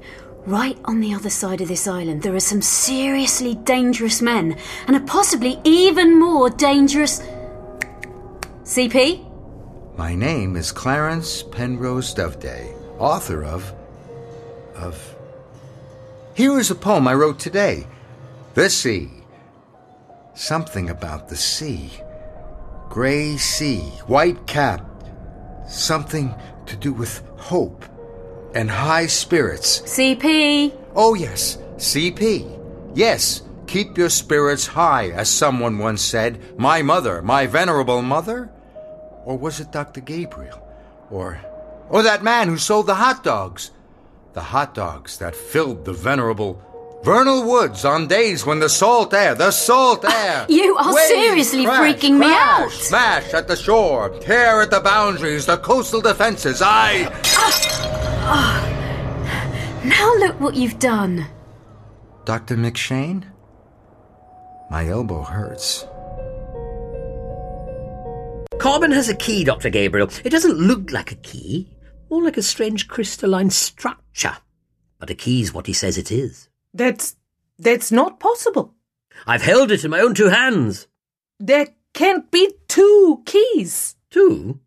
right on the other side of this island, there are some seriously dangerous men, and a possibly even more dangerous. CP?
My name is Clarence Penrose Doveday, author of. of. Here is a poem I wrote today The Sea. Something about the sea. Gray sea, white capped. Something to do with hope and high spirits.
CP.
Oh, yes, CP. Yes, keep your spirits high, as someone once said. My mother, my venerable mother? Or was it Dr. Gabriel? Or. Or that man who sold the hot dogs? The hot dogs that filled the venerable. Vernal Woods on days when the salt air, the salt air.
[LAUGHS] You are
Waves
seriously
crash,
freaking me
crash,
out.
Smash at the shore, tear at the boundaries, the coastal defenses. I.
Oh. Now look what you've done.
Dr. McShane? My elbow hurts.
Carbon has a key, Dr. Gabriel. It doesn't look like a key, more like a strange crystalline structure. But a key's what he says it is.
That's that's not possible.
I've held it in my own two hands.
There can't be two keys.
Two?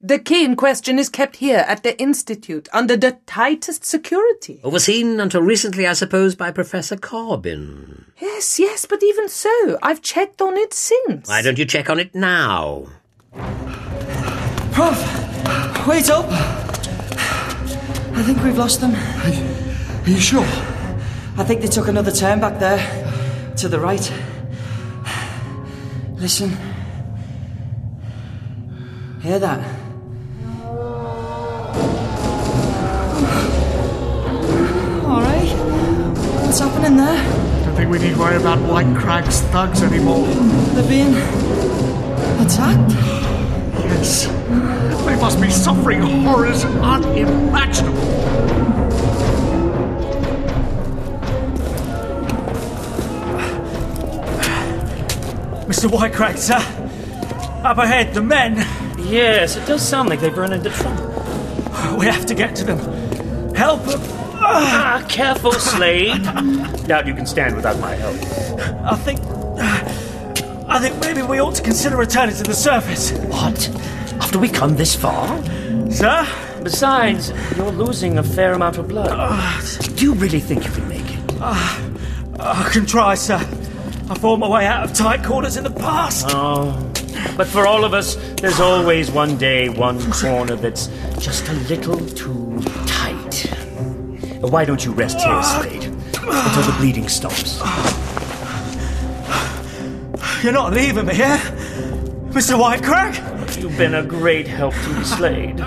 The key in question is kept here at the Institute under the tightest security.
Overseen until recently, I suppose, by Professor Carbon.
Yes, yes, but even so, I've checked on it since.
Why don't you check on it now?
Prof, wait up. I think we've lost them. Are you sure? I think they took another turn back there, to the right. Listen. Hear that? All right. What's happening there?
I don't think we need worry about White Crag's thugs anymore.
They're being attacked?
Yes. They must be suffering horrors unimaginable.
Mr. Whitecrack, sir. Up ahead, the men. Yes, it does sound like they've run into trouble. We have to get to them. Help them. Ah, careful, Slade.
Doubt you can stand without my help.
I think. I think maybe we ought to consider returning to the surface. What? After we come this far? Sir?
Besides, you're losing a fair amount of blood. Do you really think you can make it?
Ah, I can try, sir. I fought my way out of tight quarters in the past.
Oh. But for all of us, there's always one day, one corner that's just a little too tight. Why don't you rest here,
Ah,
Ah.
Slade, until the bleeding stops?
You're not leaving me, yeah? Mr. Whitecrack?
You've been a great help to me, Slade.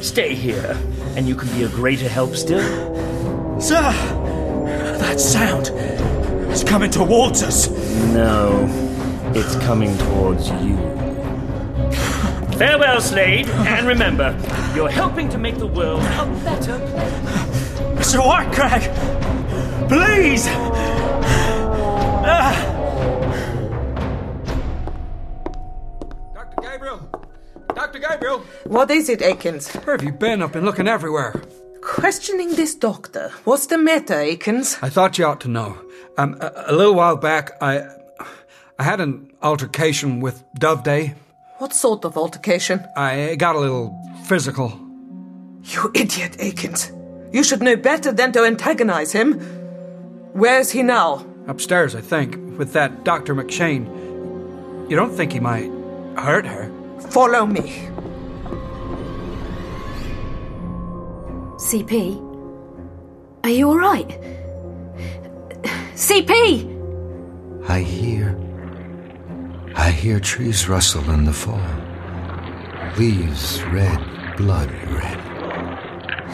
Stay here, and you can be a greater help still.
Sir! That sound is coming towards us.
No, it's coming towards you. Farewell, Slade, and remember, you're helping to make the world a better place.
Mr. Whitecrack! Please! Ah.
Dr. Gabriel!
What is it, Akins?
Where have you been? I've been looking everywhere.
Questioning this doctor. What's the matter, Akins?
I thought you ought to know. Um, a, a little while back, I, I had an altercation with Doveday.
What sort of altercation?
I got a little physical.
You idiot, Akins. You should know better than to antagonize him. Where's he now?
Upstairs, I think, with that Dr. McShane. You don't think he might hurt her?
Follow me.
CP? Are you alright? CP!
I hear. I hear trees rustle in the fall. Leaves red, blood red.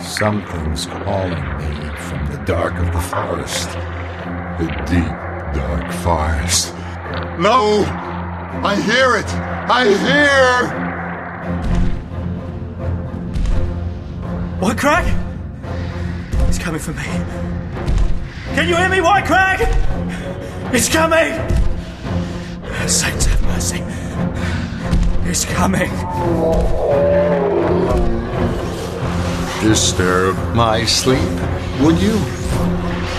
Something's calling me from the dark of the forest. The deep, dark forest. No! I hear it! I hear!
Whitecrack? It's coming for me. Can you hear me, Whitecrack? It's coming! Saints have mercy. It's coming.
Disturb my sleep, would you?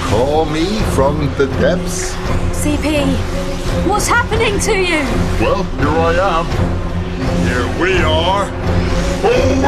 Call me from the depths?
CP! What's happening to you?
Well, here I am. Here we are. Awake!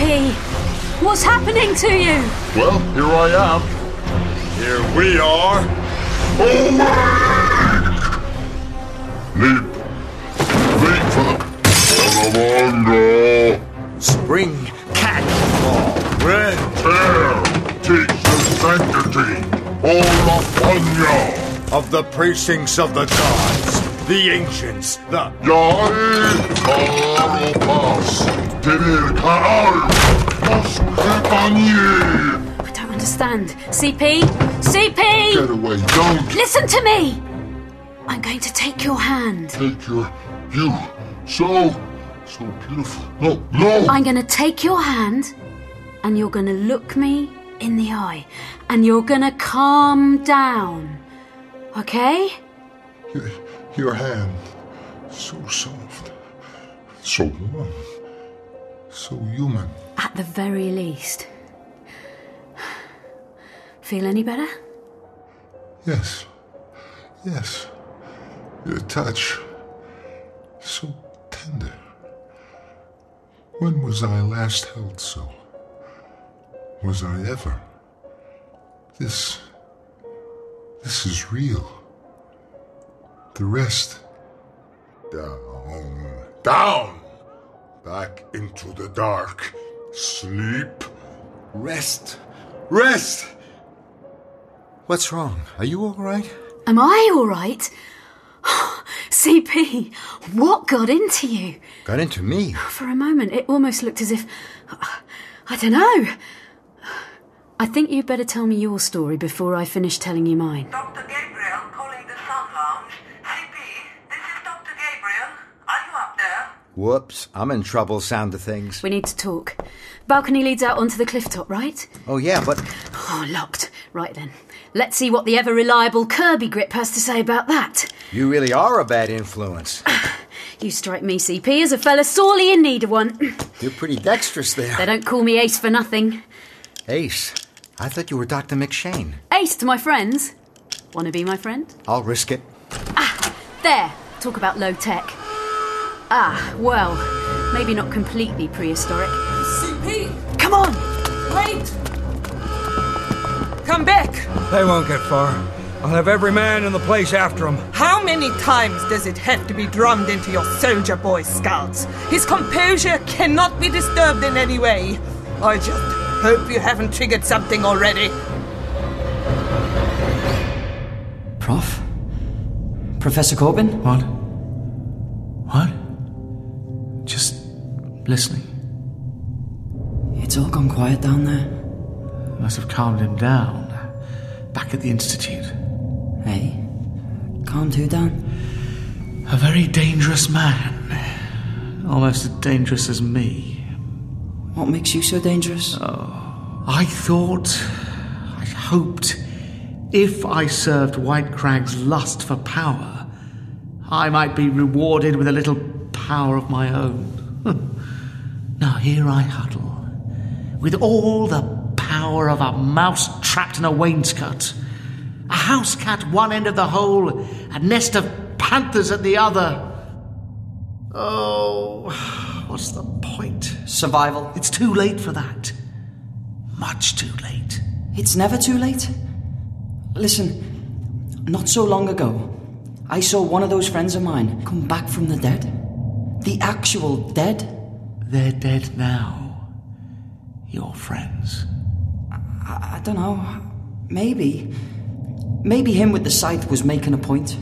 Lee! What's happening to you?
Well, here I am. Here we are. Awake! Leap. Leap for the Salamandra.
Spring.
Cat. Red. Tear. Teach the sanctity. All the funya. Of the precincts of the gods. The ancients. The... Yai. Karupas. Tenir karar. Moskritanye.
I don't understand. CP? CP!
Get away, don't
Listen to me! I'm going to take your hand.
take your... You. So... So beautiful. No, no!
I'm going to take your hand, and you're going to look me in the eye, and you're going to calm down. Okay?
Your, your hand. So soft. So warm. So human.
At the very least. Feel any better?
Yes. Yes. Your touch. So tender. When was I last held so? Was I ever? This. This is real. The rest. Down. Down! Back into the dark. Sleep. Rest. Rest! What's wrong? Are you all right?
Am I [SIGHS] alright? CP, what got into you?
Got into me.
For a moment, it almost looked as if. I don't know. I think you'd better tell me your story before I finish telling you mine.
Whoops, I'm in trouble, sound of things.
We need to talk. Balcony leads out onto the cliff top, right?
Oh, yeah, but.
Oh, locked. Right then. Let's see what the ever reliable Kirby grip has to say about that.
You really are a bad influence.
You strike me, CP, as a fella sorely in need of one.
You're pretty dexterous
they
there.
don't call me Ace for nothing.
Ace, I thought you were Dr. McShane.
Ace to my friends. Wanna be my friend?
I'll risk it.
There, talk about low tech. Ah, well, maybe not completely prehistoric. CP! Come on!
Wait! Come back!
They won't get far. I'll have every man in the place after them.
How many times does it have to be drummed into your soldier boy scouts? His composure cannot be disturbed in any way. I just hope you haven't triggered something already.
Prof? Professor Corbin? What? What? Just listening. It's all gone quiet down there.
Must have calmed him down. Back at the Institute.
Hey? Calmed who down?
A very dangerous man. Almost as dangerous as me.
What makes you so dangerous?
Oh. I thought. I hoped. If I served White Crag's lust for power, I might be rewarded with a little power of my own. [LAUGHS] now here I huddle, with all the power of a mouse trapped in a wainscot, a house cat one end of the hole, a nest of panthers at the other. Oh, what's the point?
Survival.
It's too late for that. Much too late.
It's never too late. Listen, not so long ago, I saw one of those friends of mine come back from the dead. The actual dead.
They're dead now. Your friends.
I, I don't know. Maybe. Maybe him with the scythe was making a point.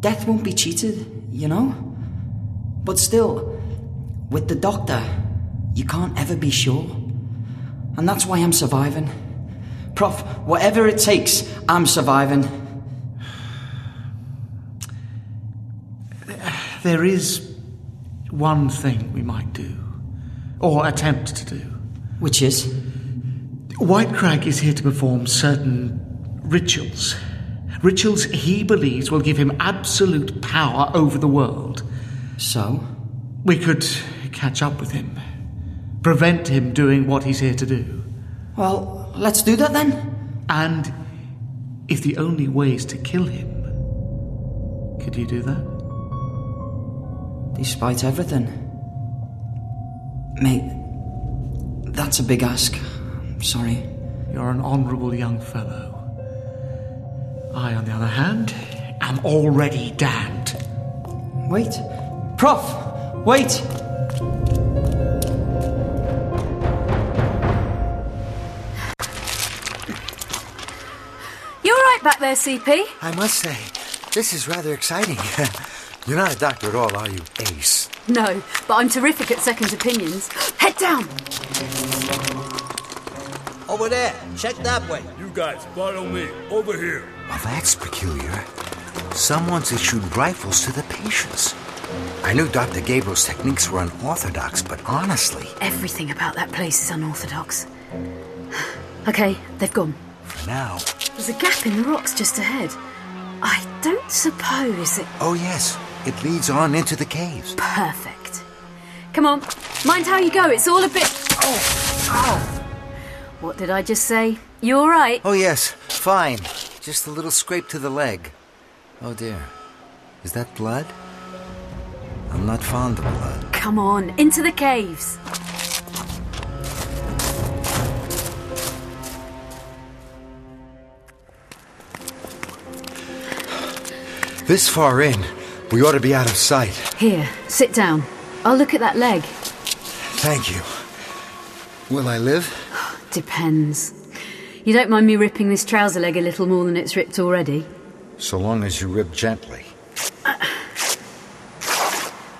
Death won't be cheated, you know? But still, with the doctor, you can't ever be sure. And that's why I'm surviving. Prof, whatever it takes, I'm surviving.
There is one thing we might do, or attempt to do.
Which is?
White Crag is here to perform certain rituals. Rituals he believes will give him absolute power over the world.
So?
We could catch up with him, prevent him doing what he's here to do.
Well, let's do that then.
And if the only way is to kill him, could you do that?
Despite everything. Mate, That's a big ask. I'm sorry.
You're an honourable young fellow. I, on the other hand, am already damned.
Wait. Prof! Wait!
You're right back there, CP.
I must say, this is rather exciting. [LAUGHS] You're not a doctor at all, are you, Ace?
No, but I'm terrific at second opinions. Head down!
Over there. Check that way. You guys, follow me. Over here.
Well, that's peculiar. Someone's issued rifles to the patients. I knew Dr. Gabriel's techniques were unorthodox, but honestly,
Everything about that place is unorthodox. [SIGHS] Okay, they've gone.
for now.
There's a gap in the rocks just ahead. I don't suppose it.
Oh, yes, it leads on into the caves.
Perfect. Come on, mind how you go. It's all a bit. Oh, ow. What did I just say? You all right?
Oh, yes, fine. Just a little scrape to the leg. Oh, dear. Is that blood? I'm not fond of blood.
Come on, into the caves.
This far in, we ought to be out of sight.
Here, sit down. I'll look at that leg.
Thank you. Will I live?
Depends. You don't mind me ripping this trouser leg a little more than it's ripped already?
So long as you rib gently.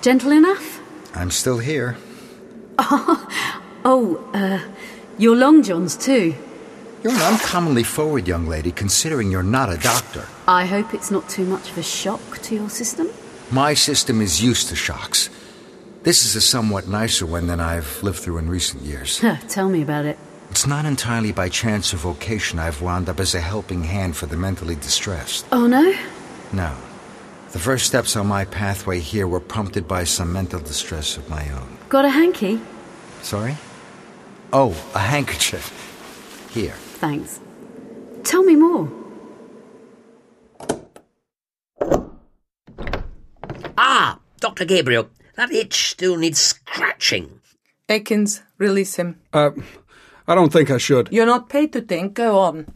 Gentle enough? [LAUGHS]
I'm still here.
Oh, uh, your long johns too.
You're an uncommonly forward young lady, considering you're not a doctor.
I hope it's not too much of a shock to your system.
My system is used to shocks.
This is a somewhat nicer one than I've lived through in
[LAUGHS]
recent years.
Huh, Tell me about it.
It's not entirely by chance or vocation I've wound up as a helping hand for the mentally distressed.
Oh no?
No. The first steps on my pathway here were prompted by some mental distress of my own.
Got a hanky?
Sorry? Oh, a handkerchief. Here.
Thanks. Tell me more.
Ah, Dr. Gabriel, that itch still needs scratching.
Ekins, release him.
Uh, I don't think I should.
You're not paid to think. Go on.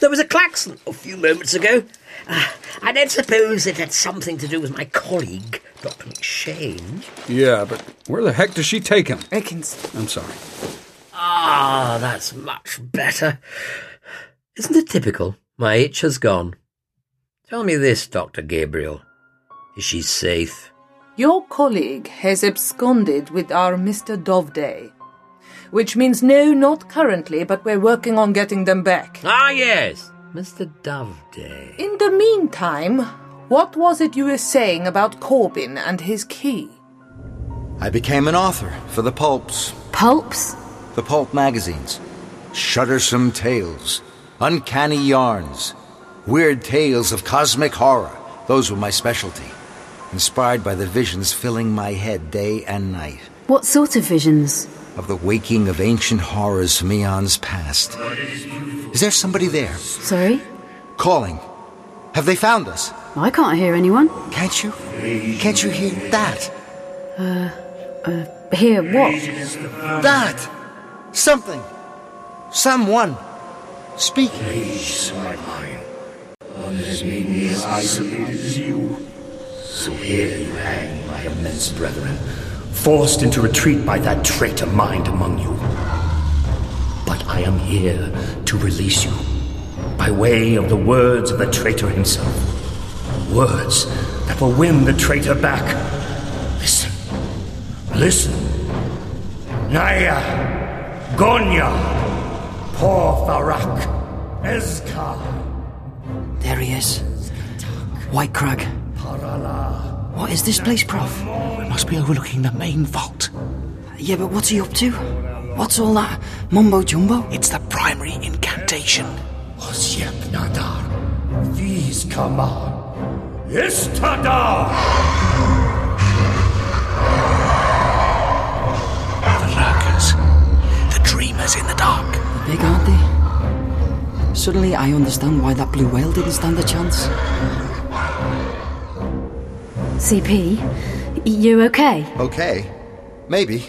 There was a klaxon a few moments ago. Ah, I don't suppose it had something to do with my colleague, Dr. McShane.
Yeah, but where the heck does she take him?
Ekins.
I'm sorry.
Ah, that's much better. Isn't it typical? My itch has gone. Tell me this, Dr. Gabriel. Is she safe?
Your colleague has absconded with our Mr. Doveday. Which means no, not currently, but we're working on getting them back.
Ah, yes, Mr. Doveday.
In the meantime, what was it you were saying about Corbin and his key?
I became an author for the pulps.
Pulps?
The pulp magazines. Shuddersome tales, uncanny yarns, weird tales of cosmic horror. Those were my specialty, inspired by the visions filling my head day and night
What sort of visions?
of the waking of ancient horrors from eons past. Is there somebody there?
Sorry?
Calling. Have they found us?
I can't hear anyone.
Can't you? Can't you hear that?
Uh, uh, hear what?
That! Something! Someone! Speaking!
Peace, my mind. Others made me as isolated as you. So here you hang, my immense brethren, forced into retreat by that traitor mind among you. But I am here to release you, by way of the words of the traitor himself. Words that will win the traitor back. Listen. Listen. Naya, Gonya, Por Farak, Ezka,
There he is. White Crag. What is this place, Prof? We must be overlooking the main vault. Yeah, but what's he up to? What's all that mumbo jumbo? It's the primary incantation.
Osyep Nadar, Viz Kamar, Istadar!
The lurkers. The dreamers in the dark.
They're big, aren't they? Suddenly I understand why that blue whale didn't stand a chance.
CP, you okay?
Okay. Maybe.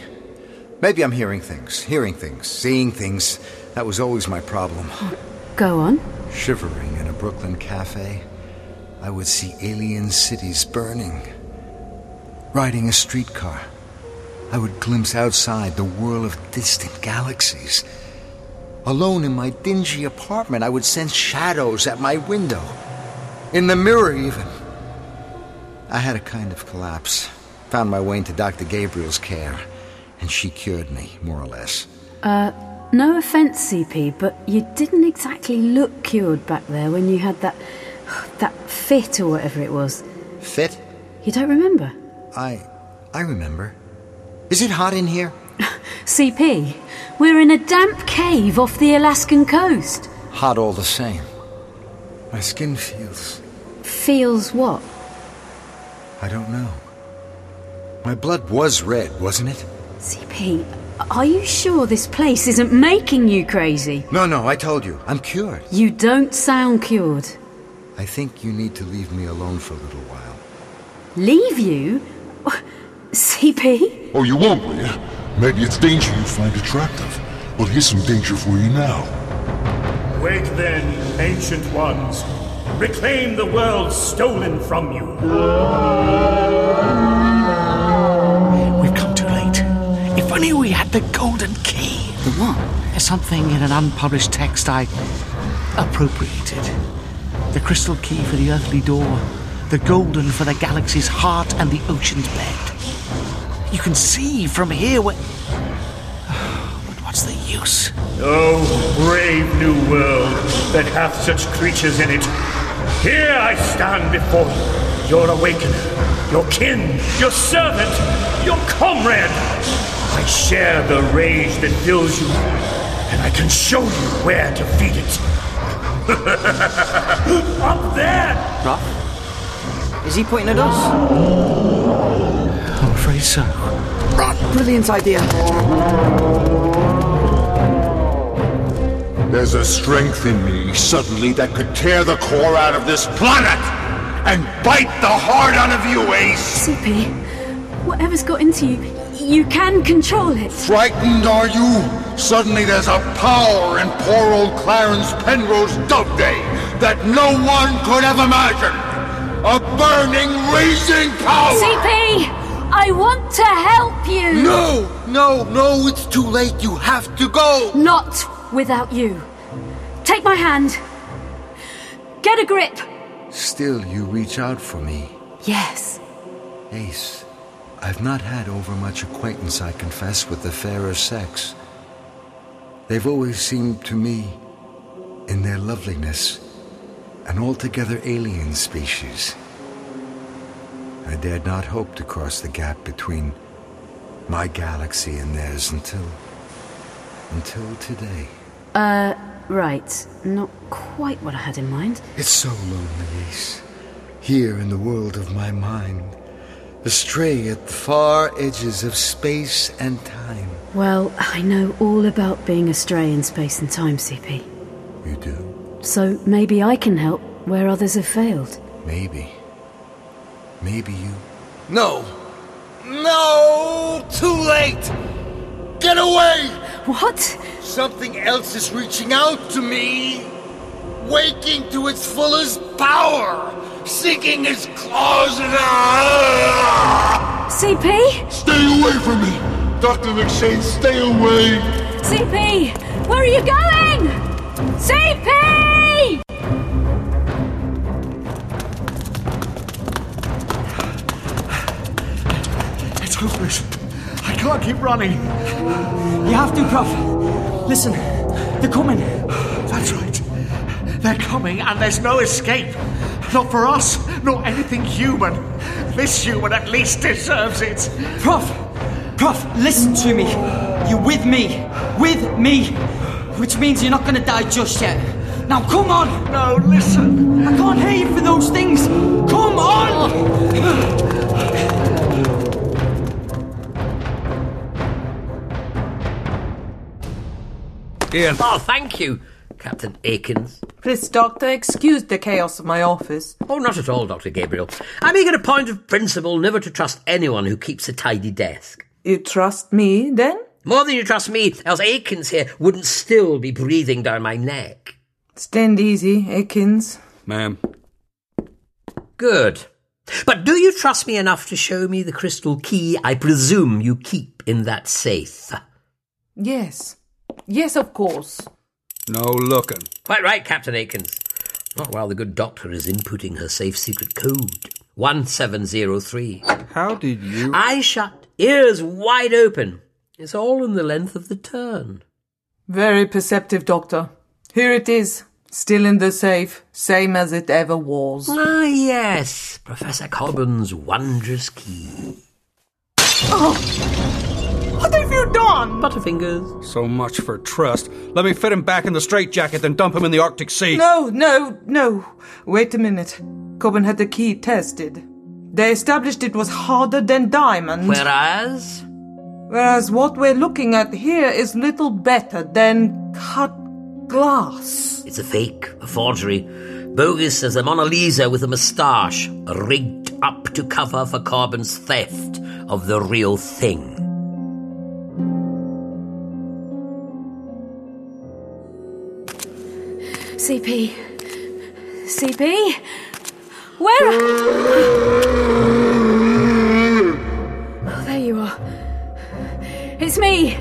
Maybe I'm hearing things, hearing things, seeing things. That was always my problem.
Go on.
Shivering in a Brooklyn cafe, I would see alien cities burning. Riding a streetcar, I would glimpse outside the whirl of distant galaxies. Alone in my dingy apartment, I would sense shadows at my window, in the mirror, even. I had a kind of collapse, found my way into Dr. Gabriel's care, and she cured me, more or less.
Uh, no offence, CP, but you didn't exactly look cured back there when you had that. [SIGHS] that fit or whatever it was.
Fit?
You don't remember?
I. I remember. Is it hot
[LAUGHS]
in here?
CP, we're in a damp cave off the Alaskan coast.
Hot all the same. My skin feels.
Feels what?
I don't know. My blood was red, wasn't it?
CP, are you sure this place isn't making you crazy?
No, no, I told you. I'm cured.
You don't sound cured.
I think you need to leave me alone for a little while.
Leave you? [LAUGHS] CP?
Oh, you won't, will you? Maybe it's danger you find attractive. Well, here's some danger for you now.
Wake then, ancient ones. Reclaim the world stolen from you.
We've come too late. If only we had the golden key.
The what?
There's something in an unpublished text I appropriated. The crystal key for the earthly door, the golden for the galaxy's heart and the ocean's bed. You can see from here where. But what's the use?
Oh, brave new world that hath such creatures in it. Here I stand before you, your awakener, your kin, your servant, your comrade. I share the rage that fills you, and I can show you where to feed it. [LAUGHS] Up there!
Roth? Is he pointing at us?
I'm afraid so.
Brilliant idea.
There's a strength in me suddenly that could tear the core out of this planet and bite the heart out of you, Ace.
CP, whatever's got into you, you can control it.
Frightened are you? Suddenly there's a power in poor old Clarence Penrose Doveday that no one could have imagined. A burning, raging power.
CP, I want to help you.
No, no, no, it's too late. You have to go.
Not without you. Take my hand. Get a grip.
Still, you reach out for me.
Yes.
Ace, I've not had over much acquaintance, I confess, with the fairer sex. They've always seemed to me, in their loveliness, an altogether alien species. I dared not hope to cross the gap between my galaxy and theirs until. until today.
Uh, right. Not quite what I had in mind.
It's so lonely, Ace. Here in the world of my mind, astray at the far edges of space and time.
Well, I know all about being astray in space and time, CP.
You do?
So maybe I can help where others have failed.
Maybe. Maybe you.
No!
No! Too late!
Get away!
What?
Something else is reaching out to me, waking to its fullest power, sinking its claws in
CP?
Stay away from me! Dr. McShane, stay away!
CP! Where are you going? CP!
It's hopeless. I can't keep running. You have to, Prof. Listen, they're coming.
That's right. They're coming, and there's no escape. Not for us, nor anything human. This human at least deserves it.
Prof! Prof, listen to me. You're with me. With me. Which means you're not gonna die just yet. Now come on!
No, listen.
I can't hear you for those things. Come on!
Ian.
Oh, thank you, Captain Aikens.
Please, Doctor, excuse the chaos of my office.
Oh, not at all, Dr. Gabriel. I'm eager to point of principle never to trust anyone who keeps a tidy desk.
You trust me, then?
More than you trust me, else Aikens here wouldn't still be breathing down my neck.
Stand easy, Akins.
Ma'am.
Good. But do you trust me enough to show me the crystal key I presume you keep in that safe?
Yes. Yes, of course.
No looking.
Quite right, Captain Aikens. Not while the good doctor is inputting her safe secret code. 1703.
How did you.
Eyes shut, ears wide open. It's all in the length of the turn.
Very perceptive, Doctor. Here it is. Still in the safe, same as it ever was.
Ah, yes. Professor Cobham's wondrous key.
Oh, What have you done?
Butterfingers.
So much for trust. Let me fit him back in the straitjacket, then dump him in the Arctic
[LAUGHS]
Sea.
No, no, no. Wait a minute. Coben had the key tested. They established it was harder than diamond.
Whereas?
Whereas what we're looking at here is little better than cut glass.
It's a fake, a forgery. Bogus as the Mona Lisa with a moustache, rigged up to cover for Carbon's theft of the real thing.
CP. CP? Where are- Oh, there you are. It's me.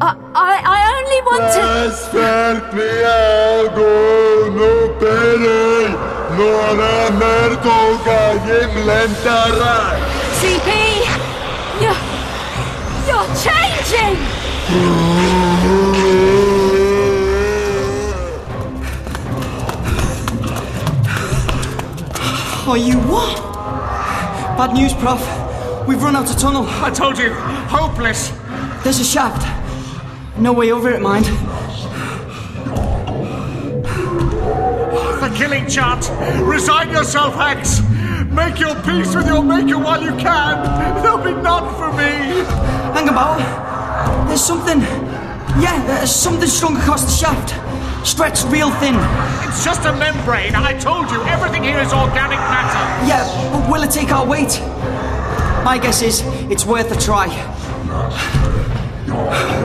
I, I, I only want to.
Santiago, no pere, no hará merto, calle lentará.
CP! You're, you're changing!
Are you what? Bad news, Prof. We've run out of tunnel. I told you, hopeless. There's a shaft. No way over it, mind.
The killing chant. Resign yourself, Hex. Make your peace with your maker while you can. There'll be none for me.
Hang about. There's something. Yeah, there's something strong across the shaft. Stretched real thin.
It's just a membrane. I told you, everything here is organic matter.
Yeah, but will it take our weight? My guess is it's worth a try.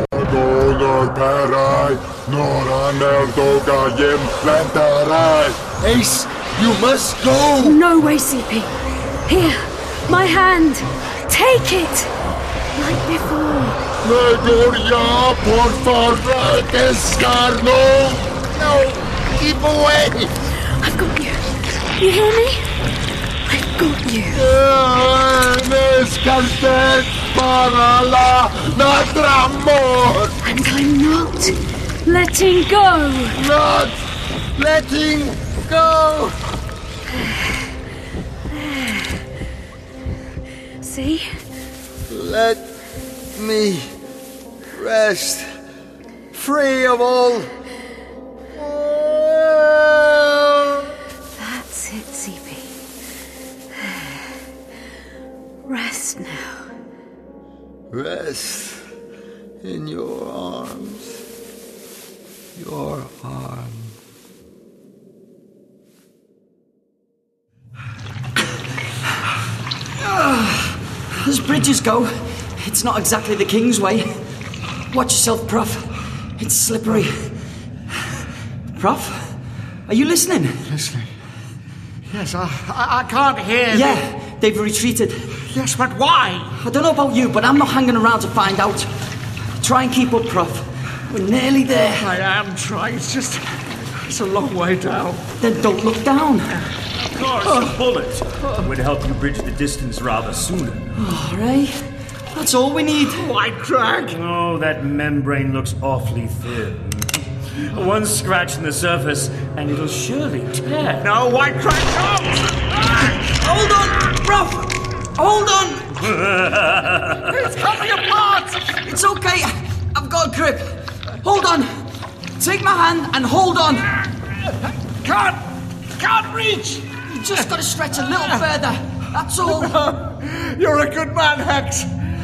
[SIGHS]
Santiago, no pere, no hará merto, calle lentará. Ace, you must go.
No way, CP. Here, my hand. Take it. Like before.
Gregoria, por favor, descarno. No, keep away.
I've got you. You hear me? I've got you.
Descarté para la nuestra amor.
And I'm not letting go.
Not letting go.
See?
Let me rest, free of all.
That's it, CP. Rest now.
Rest in your arms. Your arms.
Ugh. As bridges go, it's not exactly the king's way. Watch yourself, Prof. It's slippery. [SIGHS] Prof, are you listening? Listening.
Yes, I, I, I can't hear.
Yeah, they've retreated.
Yes, but why?
I don't know about you, but I'm not hanging around to find out. Try and keep up, Prof. We're nearly there.
I am trying. It's just. It's a long way down.
Then don't look down.
Of course, a bullet would help you bridge the distance rather sooner.
All right. That's all we need.
White crag.
Oh, that membrane looks awfully thin. One scratch in the surface, and it'll surely tear.
No, white crag, no!
Hold on, Prof. Hold on.
It's coming apart.
It's okay. I've got a grip. Hold on. Take my hand and hold on.
Can't. Can't reach.
You just got to stretch a little further. That's all.
[LAUGHS] You're a good man, Hex.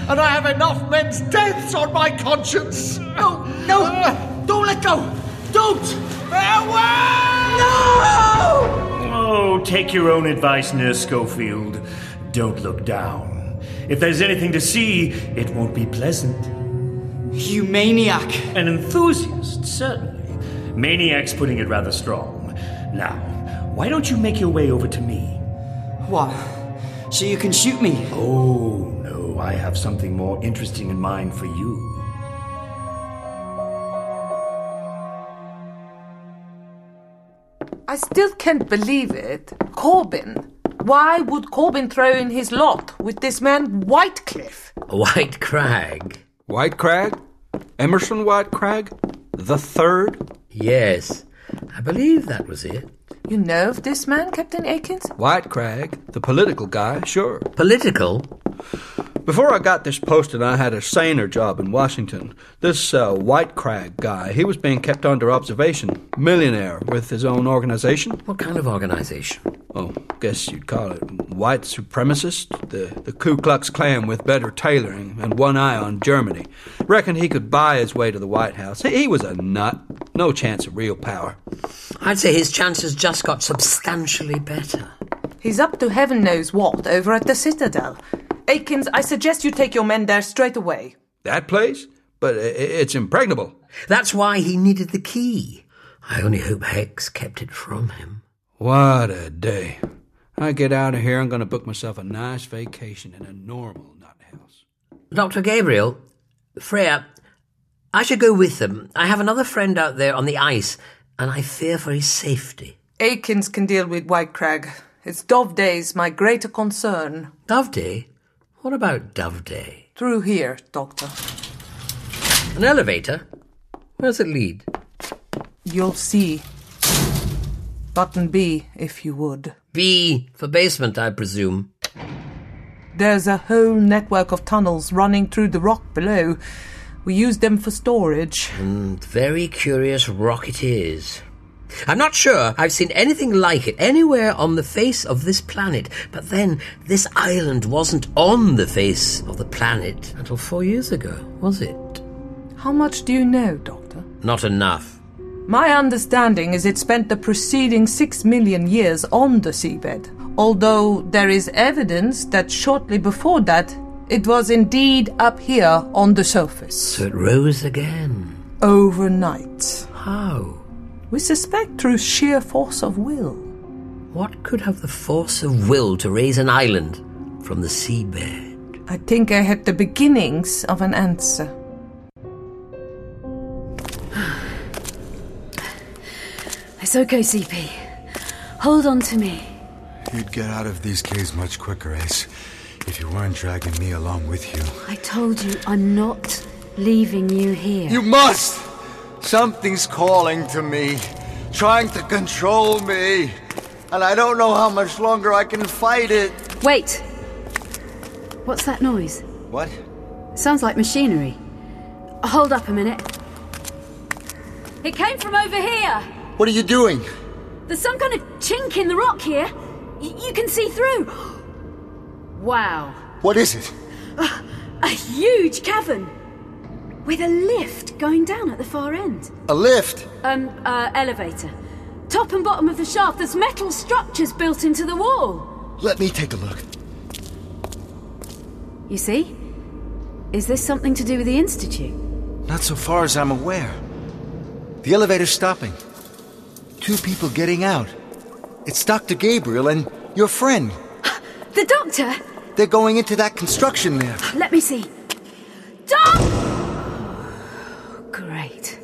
And I have enough men's deaths on my conscience. Ah.
No, no. Don't let go. Don't.
Farewell!
[LAUGHS] Oh, take your own advice, Nurse Schofield. Don't look down. If there's anything to see, it won't be pleasant.
You maniac!
An enthusiast, certainly. Maniac's putting it rather strong. Now, why don't you make your way over to me?
What? So you can shoot me?
Oh, no, I have something more interesting in mind for you.
I still can't believe it. Corbin. Why would Corbin throw in his lot with this man Whitecliff?
White Crag.
White Crag? Emerson White Crag? The third?
Yes. I believe that was it.
You know of this man, Captain Aikens?
White Crag, the political guy, sure.
Political?
Before I got this posted, I had a saner job in Washington. This uh, White Crag guy, he was being kept under observation. Millionaire with his own organization.
What kind of organization?
Oh, guess you'd call it white supremacist. The, the Ku Klux Klan with better tailoring and one eye on Germany. Reckoned he could buy his way to the White House. He, he was a nut. No chance of real power.
I'd say his chances just got substantially better.
He's up to heaven knows what over at the Citadel. Aikens, I suggest you take your men there straight away.
That place? But i- i- it's impregnable.
That's why he needed the key. I only hope Hex kept it from him.
What a day. I get out of here, I'm going to book myself a nice vacation in a normal.
Dr. Gabriel, Freya, I should go with them. I have another friend out there on the ice, and I fear for his safety.
Aikens can deal with White Crag. It's Doveday's my greater concern.
Doveday? What about Doveday?
Through here, Doctor.
An elevator? Where does it lead?
You'll see. Button B, if you would.
B, for basement, I presume.
There's a whole network of tunnels running through the rock below. We use them for storage.
And Hmm, very curious rock it is. I'm not sure I've seen anything like it anywhere on the face of this planet, but then this island wasn't on the face of the planet until four years ago, was it?
How much do you know, Doc?
Not enough.
My understanding is it spent the preceding six million years on the seabed, although there is evidence that shortly before that, it was indeed up here on the surface.
So it rose again.
Overnight.
How?
We suspect through sheer force of will.
What could have the force of will to raise an island from the seabed?
I think I had the beginnings of an answer.
It's okay, CP. Hold on to me.
You'd get out of these caves much quicker, Ace, if you weren't dragging me along with you.
I told you I'm not leaving you here.
You must! Something's calling to me, trying to control me, and I don't know how much longer I can fight it.
Wait! What's that noise?
What?
Sounds like machinery. Hold up a minute. It came from over here!
What are you doing?
There's some kind of chink in the rock here. Y- you can see through. Wow.
What is it?
A huge cavern! With a lift going down at the far end.
A lift?
Um, uh, elevator. Top and bottom of the shaft, there's metal structures built into the wall.
Let me take a look.
You see? Is this something to do with the Institute?
Not so far as I'm aware. The elevator's stopping. Two people getting out. It's Dr. Gabriel and your friend.
The doctor?
They're going into that construction there.
Let me see. Doc! Great.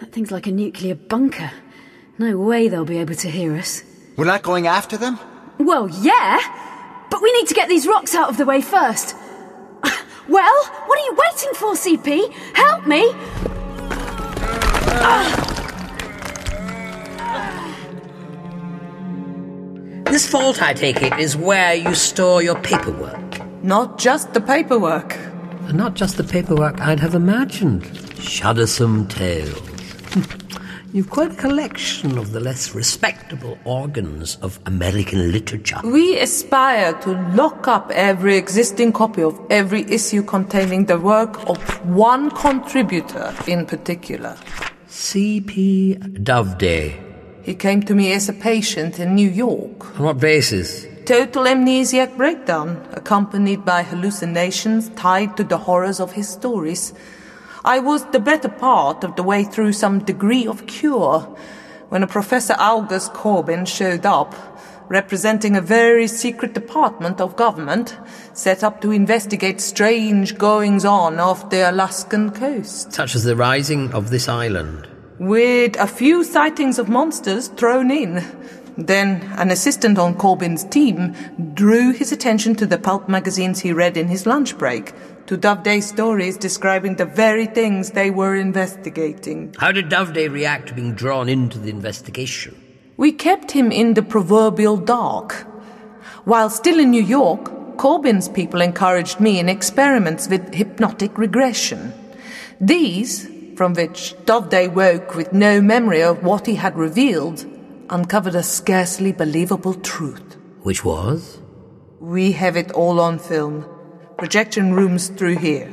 That thing's like a nuclear bunker. No way they'll be able to hear us.
We're not going after them?
Well, yeah, but we need to get these rocks out of the way first. [LAUGHS] Well, what are you waiting for, CP? Help me! Ah,
This vault, I take it, is where you store your paperwork.
Not just the paperwork.
And not just the paperwork I'd have imagined. Shuddersome tales. You've quite a collection of the less respectable organs of American literature.
We aspire to lock up every existing copy of every issue containing the work of one contributor in particular.
C.P. Doveday.
He came to me as a patient in New York.
On what basis?
Total amnesiac breakdown, accompanied by hallucinations tied to the horrors of his stories. I was the better part of the way through some degree of cure when a Professor August Corbin showed up, representing a very secret department of government set up to investigate strange goings on off the Alaskan coast.
Such as the rising of this island.
with a few sightings of monsters thrown in. Then an assistant on Corbin's team drew his attention to the pulp magazines he read in his lunch break, to Doveday stories describing the very things they were investigating.
How did Doveday react to being drawn into the investigation?
We kept him in the proverbial dark. While still in New York, Corbin's people encouraged me in experiments with hypnotic regression. These, from which Doveday woke with no memory of what he had revealed, uncovered a scarcely believable truth.
Which was?
We have it all on film. Projection rooms through here.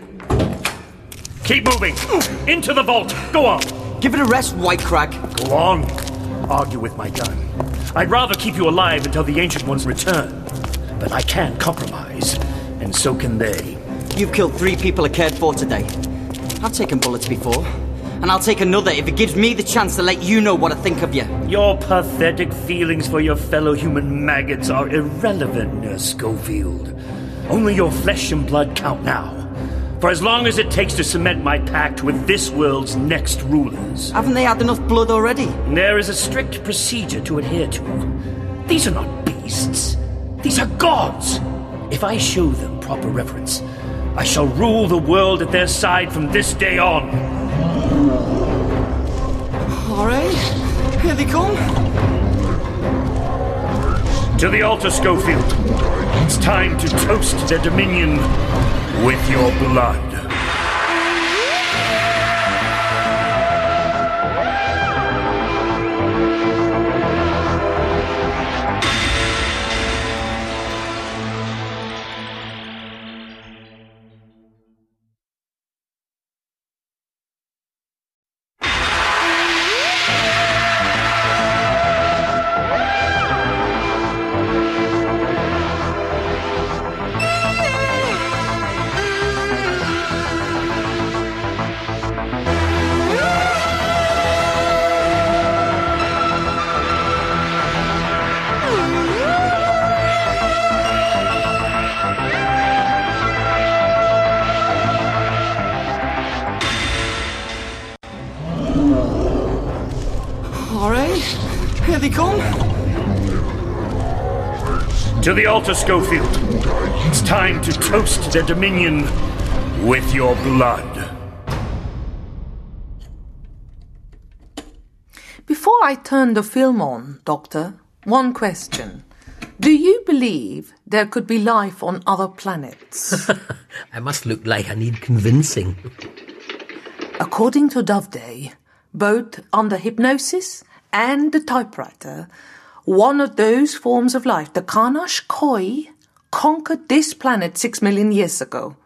Keep moving. Into the vault. Go on.
Give it a rest, White Crack.
Go on. Argue with my gun. I'd rather keep you alive until the Ancient Ones return. But I can compromise, and so can they.
You've killed three people I cared for today. I've taken bullets before, and I'll take another if it gives me the chance to let you know what I think of you.
Your pathetic feelings for your fellow human maggots are irrelevant, Nurse Schofield. Only your flesh and blood count now. For as long as it takes to cement my pact with this world's next rulers.
Haven't they had enough blood already?
There is a strict procedure to adhere to. These are not beasts, these are gods. If I show them proper reverence, I shall rule the world at their side from this day on.
All right, here they come.
To the altar, Schofield. It's time to toast their dominion with your blood.
All right, here they come.
To the altar, Schofield. It's time to toast their dominion with your blood.
Before I turn the film on, Doctor, one question. Do you believe there could be life on other planets? [LAUGHS]
I must look like I need convincing.
According to Doveday, both under hypnosis and the typewriter, one of those forms of life, the Kanash Koi, conquered this planet six million years ago.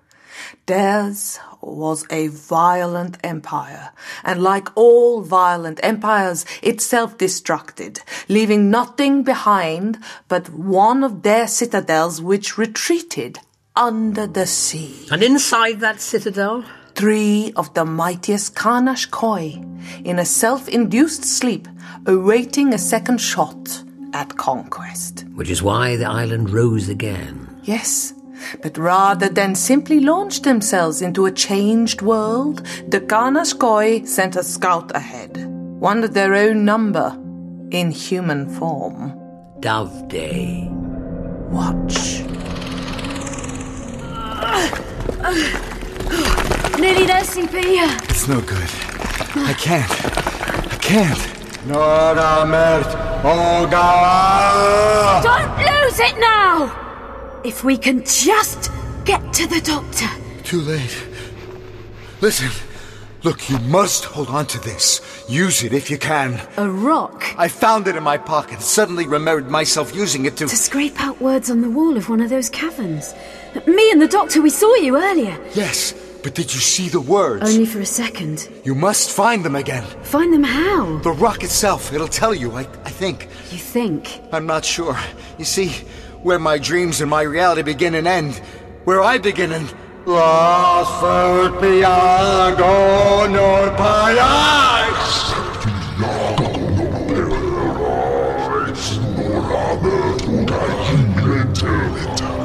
Theirs was a violent empire, and like all violent empires, it self destructed, leaving nothing behind but one of their citadels which retreated under the sea.
And inside that citadel?
Three of the mightiest Kanash Koi, in a self induced sleep, awaiting a second shot at conquest.
Which is why the island rose again.
Yes, but rather than simply launch themselves into a changed world, the Karnaskoi sent a scout ahead, one of their own number, in human form.
Dove Day.
Watch.
Nearly there, CP.
It's no good. I can't. I can't.
Nora mert oga.
Don't lose it now! If we can just get to the doctor.
Too late. Listen. Look, you must hold on to this. Use it if you can.
A rock?
I found it in my pocket. Suddenly remembered myself using it to.
To scrape out words on the wall of one of those caverns. Me and the doctor, we saw you earlier.
Yes, but did you see the words?
Only for a second.
You must find them again.
Find them how?
The rock itself, it'll tell you, I, I think.
You think?
I'm not sure. You see, where my dreams and my reality begin and end, where I begin and
lost food beyond all nor paradise.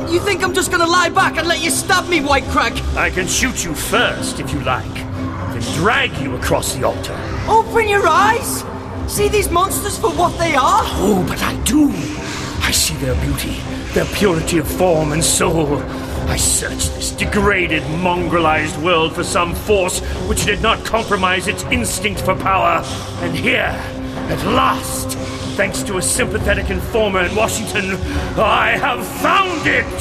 You think I'm just gonna lie back and let you stab me, White Crag?
I can shoot you first if you like, then drag you across the altar.
Open your eyes! See these monsters for what they are?
Oh, but I do. I see their beauty, their purity of form and soul. I search this degraded, mongrelized world for some force which did not compromise its instinct for power. And here, at last, thanks to a sympathetic informer in Washington, I have found it!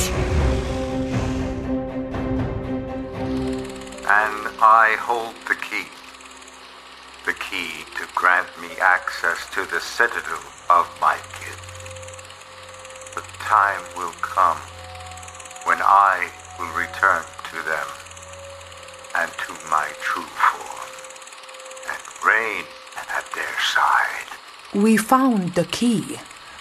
And I hold the key. The key to grant me access to the citadel of my kid. The time will come when I will return to them and to my true form and reign at their side.
We found the key,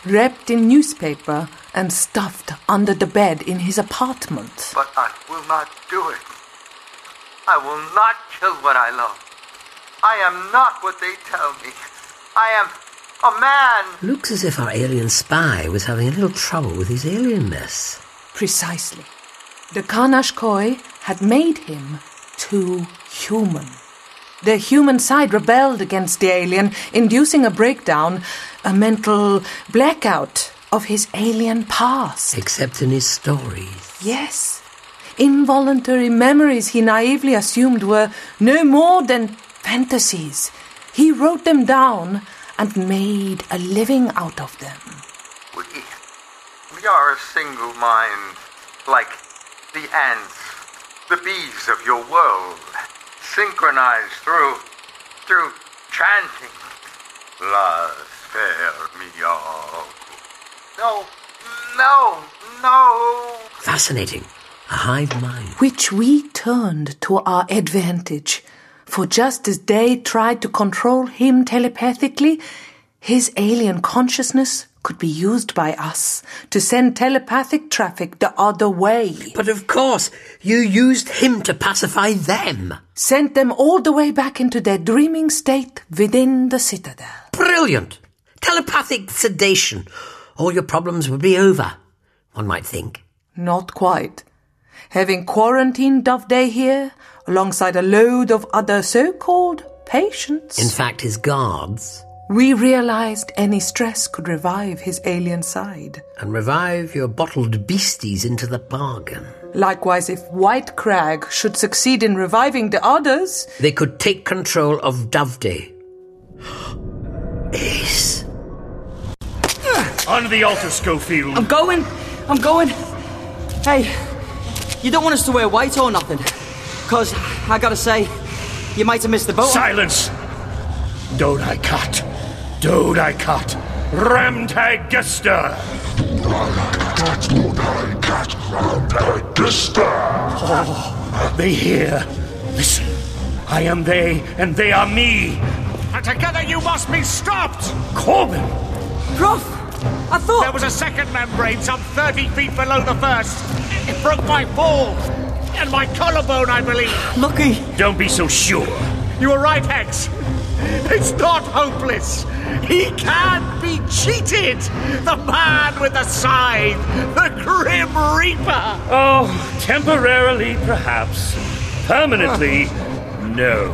wrapped in newspaper and stuffed under the bed in his apartment.
But I will not do it. I will not kill what I love. I am not what they tell me. I am a man.
Looks as if our alien spy was having a little trouble with his alienness.
Precisely. The Karnash Koi had made him too human. The human side rebelled against the alien, inducing a breakdown, a mental blackout of his alien past.
Except in his stories.
Yes. Involuntary memories he naively assumed were no more than fantasies. He wrote them down and made a living out of them.
We, we are a single mind, like the ants, the bees of your world, synchronized through, through chanting. Las fair me all. No, no, no.
Fascinating. A hive mind.
which we turned to our advantage. For just as they tried to control him telepathically, his alien consciousness could be used by us to send telepathic traffic the other way.
But of course, you used him to pacify them.
Sent them all the way back into their dreaming state within the citadel.
Brilliant. Telepathic sedation. All your problems would be over, one might think.
Not quite. Having quarantined Doveday here, alongside a load of other so called patients,
In fact, his guards.
we realized any stress could revive his alien side.
And revive your bottled beasties into the bargain.
Likewise, if White Crag should succeed in reviving the others,
They could take control of Doveday.
Onto the altar, Schofield.
Um,
I'm going. I'm going. Hey, you don't want us to wear white or nothing? Because, I gotta say, you might have missed the boat.
Silence! Don't I cut? Don't I cut? Ramtag Gester! Oh, they hear. Listen, I am they, and they are me.
And together you must be stopped!
Corbin!
Prof! I thought. There was a second membrane some 30 feet below the first. It broke my fall. And my collarbone, I believe.
Lucky.
Don't be so sure.
You were right, Hex. It's not hopeless. He can be cheated. The man with the scythe, the Grim Reaper.
Oh, temporarily, perhaps. Permanently, no.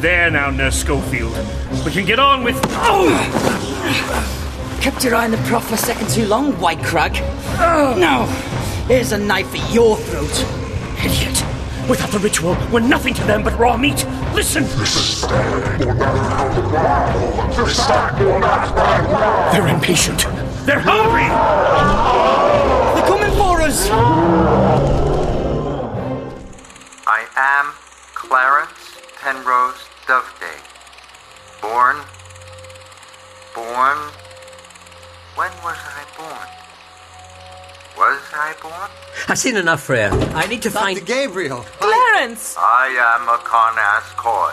There now, Nurse Schofield. We can get on with. Oh!
Kept your eye on the prof a second too long, White Crag. Now, here's a knife at your throat.
Idiot! Without the ritual, we're nothing to them but raw meat. Listen! They're impatient. They're hungry!
They're coming for us!
Oh,
I am Clarence Penrose Doveday. Born. Born. When was I born? Was I born?
I've seen enough, Freya. I need to find.
Gabriel!
Clarence!
I am a Karnas Koi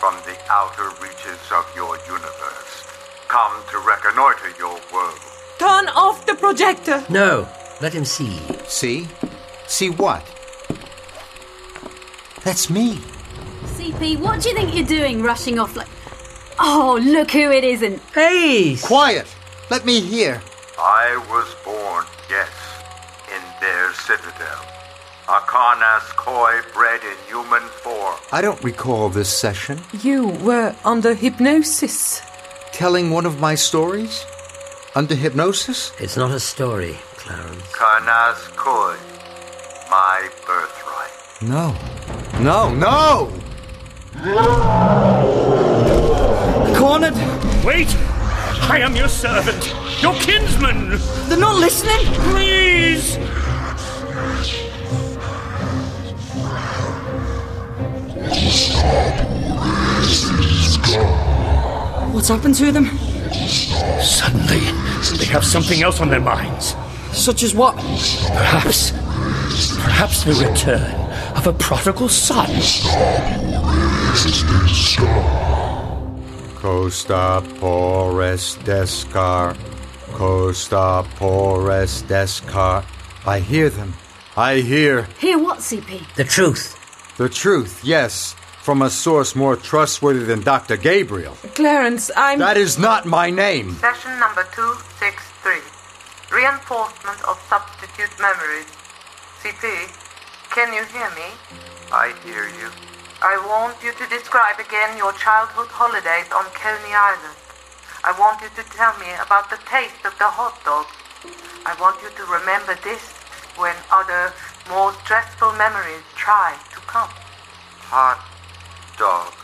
from the outer reaches of your universe. Come to reconnoiter your world.
Turn off the projector!
No, Let him see.
See? See what? That's me.
CP, what do you think you're doing rushing off like. Oh, look who it isn't.
Hey!
Quiet! Let me hear.
I was born, yes, in their citadel. Akarnas Koi bred in human form.
I don't recall this session.
You were under hypnosis.
Telling one of my stories? Under hypnosis?
It's not a story, Clarence.
Karnas Koi, my birthright.
No. No,
Oh!
no!
[GASPS]
Cornered! Wait! I am your servant! Your kinsman!
They're not listening!
Please!
What's happened to them?
Suddenly, they have something else on their minds.
Such as what?
Perhaps. Perhaps the return of a prodigal son.
Costa Pores Descar. Costa Pores Descar.
I hear them. I hear.
Hear what, CP?
The truth.
The truth, yes. From a source more trustworthy than Dr. Gabriel.
Clarence, I'm.
That is not my name.
Session number 263. Reinforcement of substitute memories. CP, can you hear me?
I hear you.
I want you to describe again your childhood holidays on Coney Island. I want you to tell me about the taste of the hot dog. I want you to remember this when other, more stressful memories try to come.
Hot dogs.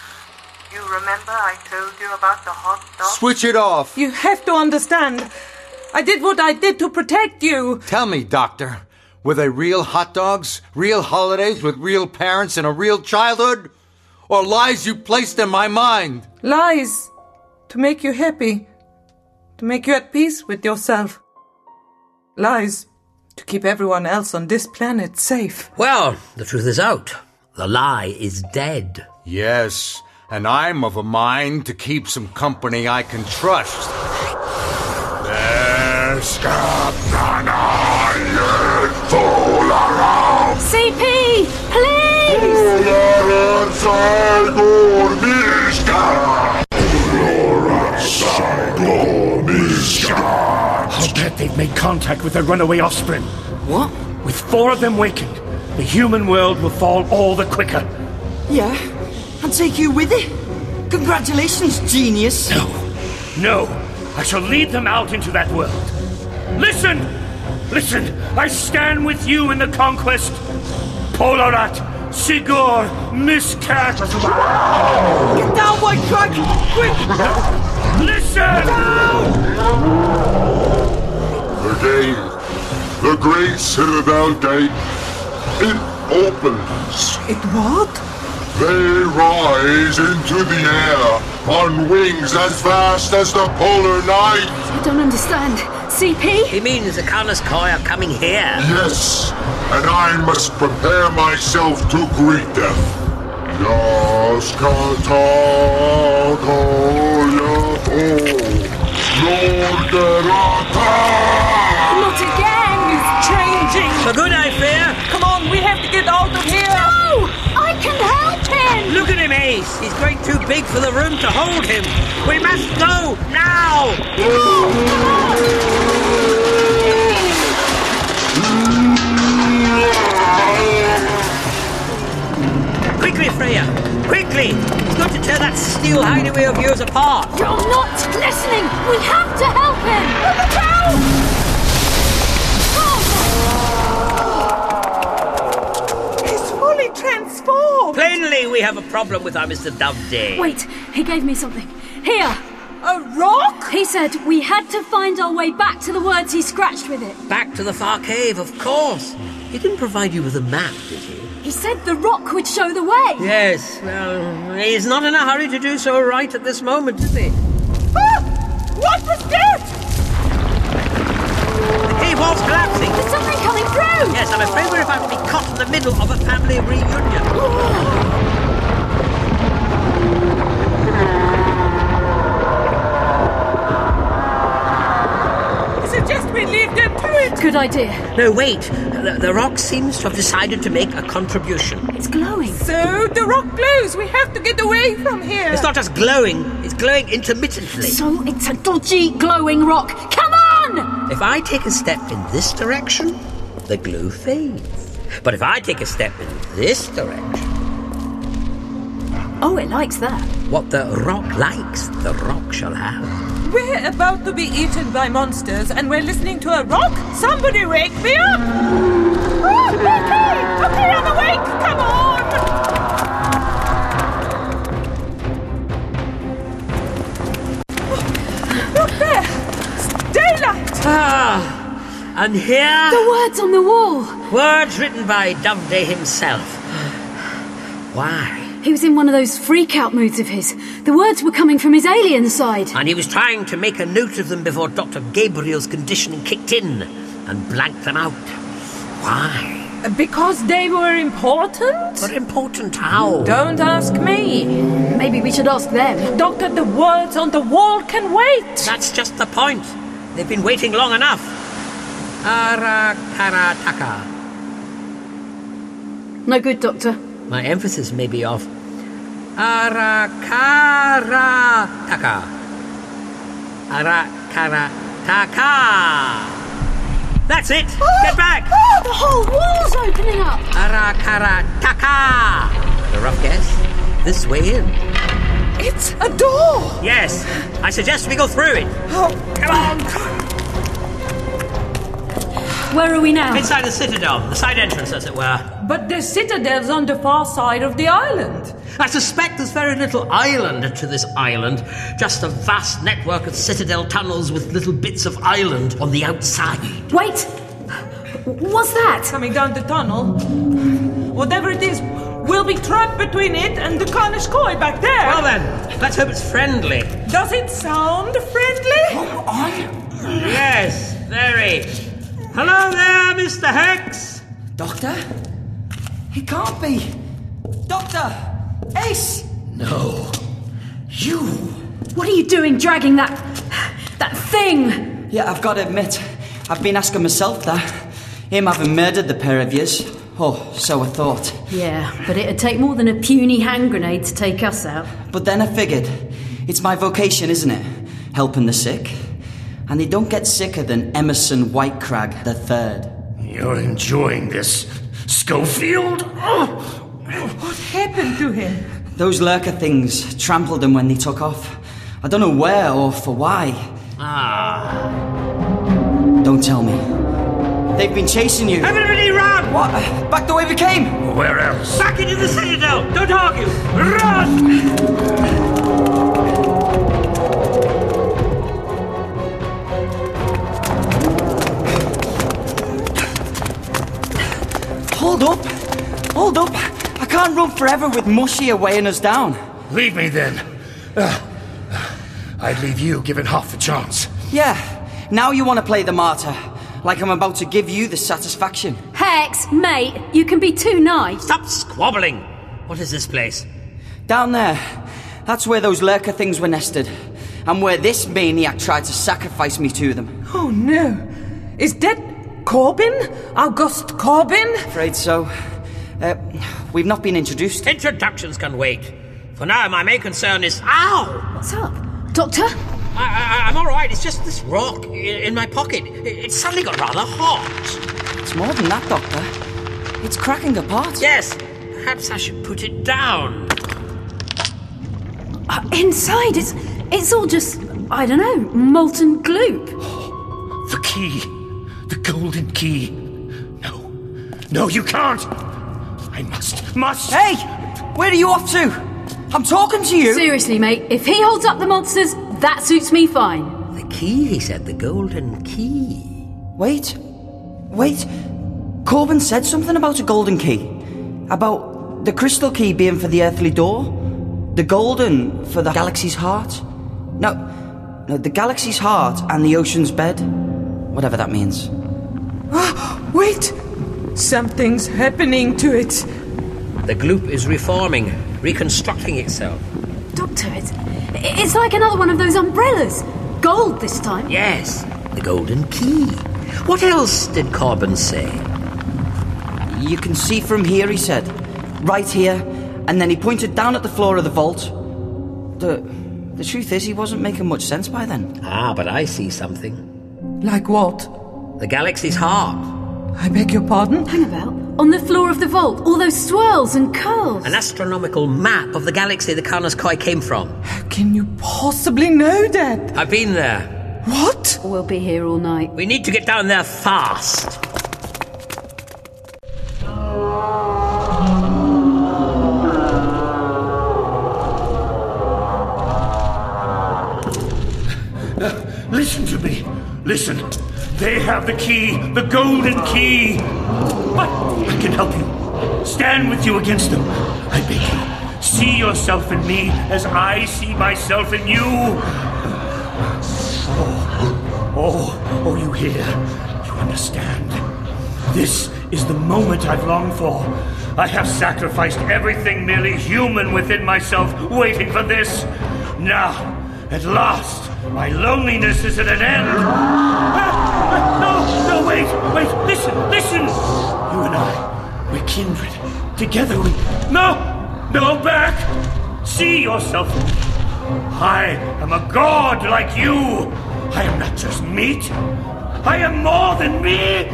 You remember I told you about the hot dog?
Switch it off.
You have to understand. I did what I did to protect you.
Tell me, Doctor, were they real hot dogs, real holidays with real parents and a real childhood? Or lies you placed in my mind?
Lies. To make you happy. To make you at peace with yourself. Lies. To keep everyone else on this planet safe.
Well, the truth is out. The lie is dead.
Yes, and I'm of a mind to keep some company I can trust.
CP, please!
I'll bet they've made contact with their runaway offspring.
What?
With four of them wakened, the human world will fall all the quicker.
Yeah, and take you with it. Congratulations, genius.
No. No! I shall lead them out into that world. Listen! Listen! I stand with you in the conquest! Polarat! Sigur! Miscat! Get
down, White Crag!
Quick! Listen!
Again, the great citadel gate, it opens.
It what?
They rise into the air on wings as vast as the polar night.
I don't understand. CP?
He means the Karnas Koi are coming here.
Yes, and I must prepare myself to greet them. Yas katago yato, norderata.
Not again! It's changing!
For good, I fear.
Come on, we have to get out of here!
No! I can help him!
Look at him, Ace. He's growing too big for the room to hold him. We must go now. Quickly, Freya. Quickly. He's got to tear that steel hideaway of yours apart.
You're not listening! We have to help him! Look out!
He's fully transformed!
Plainly, we have a problem with our Mr. Doveday.
Wait, he gave me something. Here!
A rock?
He said we had to find our way back to the words he scratched with it.
Back to the far cave, of course. He didn't provide you with a map, did he?
He said the rock would show the way.
Yes, well, he's not in a hurry to do so right at this moment, is he?
Ah! What was that?
He was collapsing.
There's something coming through!
Yes, I'm afraid we're about to be caught in the middle of a family reunion.
Suggest we leave them to
it!
Good idea.
No, wait. The, the rock seems to have decided to make a contribution.
It's glowing.
So the rock glows. We have to get away from here.
It's not just glowing, it's glowing intermittently.
So it's a dodgy glowing rock. Come on!
If I take a step in this direction, the glow fades. But if I take a step in this direction,
Oh, it likes that.
what the rock likes, the rock shall have.
We're about to be eaten by monsters, and we're listening to a rock. Somebody wake me up! Oh, okay, okay, I'm awake. Come on.
Look there! Daylight!
Ah! And here.
The words on the wall!
Words written by Doveday himself. Why?
He was in one of those freak out moods of his. The words were coming from his alien side.
And he was trying to make a note of them before Dr. Gabriel's conditioning kicked in and blanked them out. Why?
Because they were important? But
important how?
Don't ask me.
Maybe we should ask them.
Doctor, the words on the wall can wait.
That's just the point. They've been waiting long enough. Arakarataka.
No good, Doctor.
My emphasis may be off. Arakarataka. Arakarataka. That's it. Get back.
Oh, the whole wall's opening up!
Arakarataka. A rough guess. This way in.
It's a door.
Yes. I suggest we go through it.
Oh,
come on.
Where are we now?
Inside the citadel, the side entrance, as it were.
But the citadel's on the far side of the island.
I suspect there's very little island to this island, just a vast network of citadel tunnels with little bits of island on the outside.
Wait! What's that?
Coming down the tunnel. Whatever it is, we'll be trapped between it and the Carnish Koi back there.
Well then, let's hope it's friendly.
Does it sound friendly?
Oh,
Yes, very. Hello there, Mr. Hex!
Doctor? He can't be! Doctor! Ace!
No.
You!
What are you doing dragging that. that thing?
Yeah, I've got to admit, I've been asking myself that. Him having murdered the pair of yous. Oh, so I thought.
Yeah, but it'd take more than a puny hand grenade to take us out.
But then I figured, it's my vocation, isn't it? Helping the sick. And they don't get sicker than Emerson Whitecrag the Third.
You're enjoying this, Schofield? Oh,
What happened to him?
Those lurker things trampled them when they took off. I don't know where or for why.
Ah.
Don't tell me. They've been chasing you.
Everybody run!
What? Back the way we came!
where else?
Back into the citadel! Don't argue! Run!
Hold up! Hold up! I can't run forever with Mushy weighing us down.
Leave me then. Ah, ah, I'd leave you given half the chance.
Yeah, now you want to play the martyr. Like I'm about to give you the satisfaction.
Hex, mate, you can be too nice.
Stop squabbling! What is this place?
Down there, that's where those lurker things were nested. And where this maniac tried to sacrifice me to them.
Oh no. Is that Corbin? August Corbin?
Afraid so. Uh, we've not been introduced.
Introductions can wait. For now, my main concern is. Ow!
What's up? Doctor?
I, I, I'm alright, it's just this rock i- in my pocket. It, it suddenly got rather hot.
It's more than that, Doctor. It's cracking apart.
Yes, perhaps I should put it down.
Uh, inside, it's. it's all just. I don't know, molten gloop.
The key. The golden key. No. No, you can't. I must. Must.
Hey! Where are you off to? I'm talking to you!
Seriously, mate, if he holds up the monsters, that suits me fine.
The key, he said, the golden key.
Wait. Wait. Corbin said something about a golden key. About the crystal key being for the earthly door, the golden for the galaxy's heart. No, no, the galaxy's heart and the ocean's bed. Whatever that means.
Wait. Something's happening to it.
The gloop is reforming, reconstructing itself.
Doctor, it's. it's like another one of those umbrellas. Gold this time.
Yes, the golden key. What else did Corbin say?
You can see from here, he said. Right here. And then he pointed down at the floor of the vault. The, the truth is, he wasn't making much sense by then.
Ah, but I see something.
Like what?
The galaxy's heart.
I beg your pardon?
Hang about. On the floor of the vault, all those swirls and curls.
An astronomical map of the galaxy the Karnas Koi came from.
Can you possibly know that?
I've been there.
What?
We'll be here all night.
We need to get down there fast.
Listen to me. Listen. They have the key, the golden key. But I can help you. Stand with you against them. I beg you. See yourself in me as I see myself in you. Oh, oh, oh, you hear? You understand? This is the moment I've longed for. I have sacrificed everything merely human within myself, waiting for this. Now, at last, my loneliness is at an end. Ah, ah, no, no, wait, wait, listen, listen. You and I, we're kindred. Together we. No, no, back. See yourself. I am a god like you. I am not just meat. I am more than me.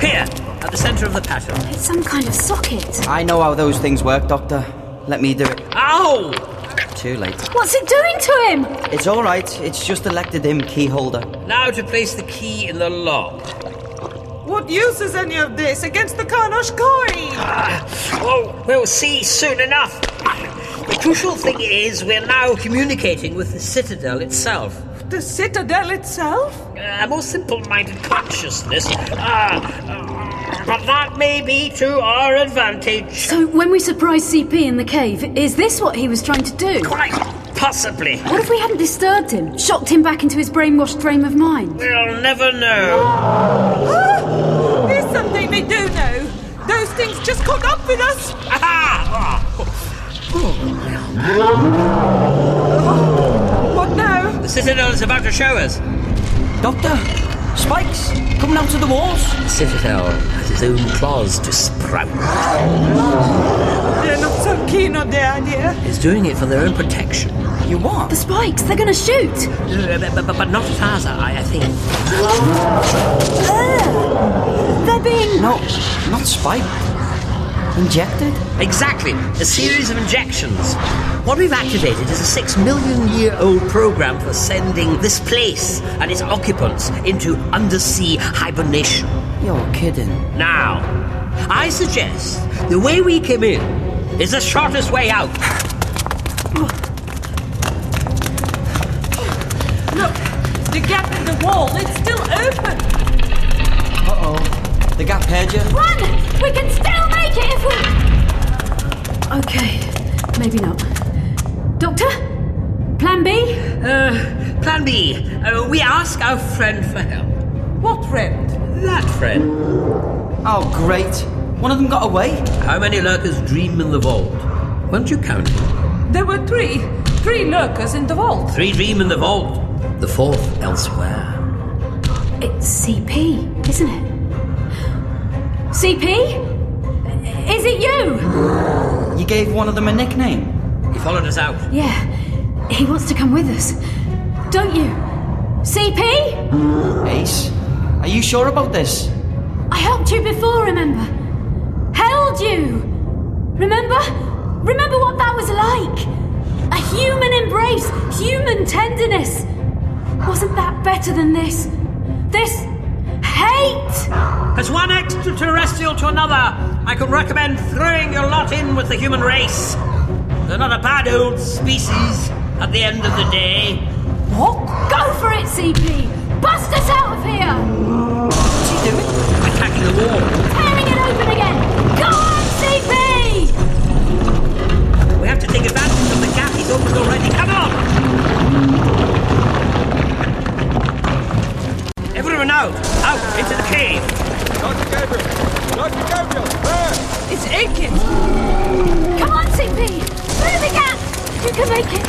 Here, at the center of the pattern.
It's some kind of socket.
I know how those things work, Doctor. Let me do it.
Ow!
Too late.
What's it doing to him?
It's alright, it's just elected him key holder.
Now to place the key in the lock.
What use is any of this against the Karnosh Koi?
Oh, we'll see soon enough. The crucial thing is we're now communicating with the Citadel itself.
The Citadel itself?
A more simple-minded consciousness. Ah, ah, but that may be to our advantage.
So, when we surprise CP in the cave, is this what he was trying to do?
Quite possibly.
What if we hadn't disturbed him, shocked him back into his brainwashed frame of mind?
We'll never know.
Ah, There's something we do know. Those things just caught up with us. [LAUGHS] What now?
The Citadel is about to show us.
Doctor, spikes coming out of the walls.
The Citadel has its own claws to sprout.
They're not so keen on the idea.
It's doing it for their own protection.
You what?
The spikes, they're gonna shoot.
Uh, But, but, but not as far as I, I think.
They're being.
No, not spiked. Injected?
Exactly, a series of injections. What we've activated is a six million year old program for sending this place and its occupants into undersea hibernation.
You're kidding.
Now, I suggest the way we came in is the shortest way out.
Look, the gap in the wall, it's still open.
The gap heard you?
Run! We can still make it if we. Okay, maybe not. Doctor? Plan B?
Uh, plan B. Uh, we ask our friend for help.
What friend?
That friend.
Oh, great. One of them got away.
How many lurkers dream in the vault? Won't you count it?
There were three, three lurkers in the vault.
Three dream in the vault, the fourth elsewhere.
It's CP, isn't it? CP? Is it you?
You gave one of them a nickname.
He followed us out.
Yeah, he wants to come with us. Don't you? CP?
Ace, are you sure about this?
I helped you before, remember? Held you! Remember? Remember what that was like? A human embrace, human tenderness. Wasn't that better than this? This hate!
As one extraterrestrial to another, I could recommend throwing your lot in with the human race. They're not a bad old species at the end of the day.
What?
Go for it, CP! Bust us out of here!
What's he doing?
Attacking the wall.
Tearing it open again! Go on, CP!
We have to take advantage of the gap he's opened already. Come on! Everyone out! Out into the cave!
Dr. Gabriel! Dr. Gabriel! There!
It's aching.
Come on, CP!
Through the gap! You can make it!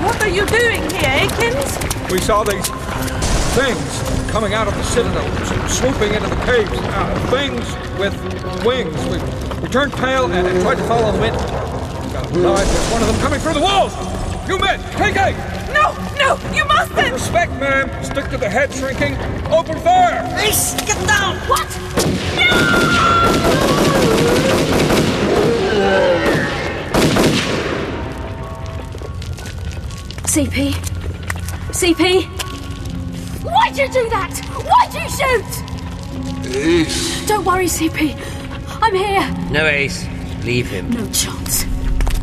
What are you doing here, Akins?
We saw these things coming out of the citadel, s- swooping into the caves. Uh, things with wings. We, we turned tail and, and tried to follow the wind. Got alive. There's one of them coming through the walls. You men, take aim.
No, no, you mustn't.
respect, ma'am. Stick to the head shrinking. Open fire.
Ace, get down.
What? CP. CP. Why'd you do that? Why'd you shoot?
Ace.
Don't worry, CP. I'm here.
No, Ace. Leave him.
No chance.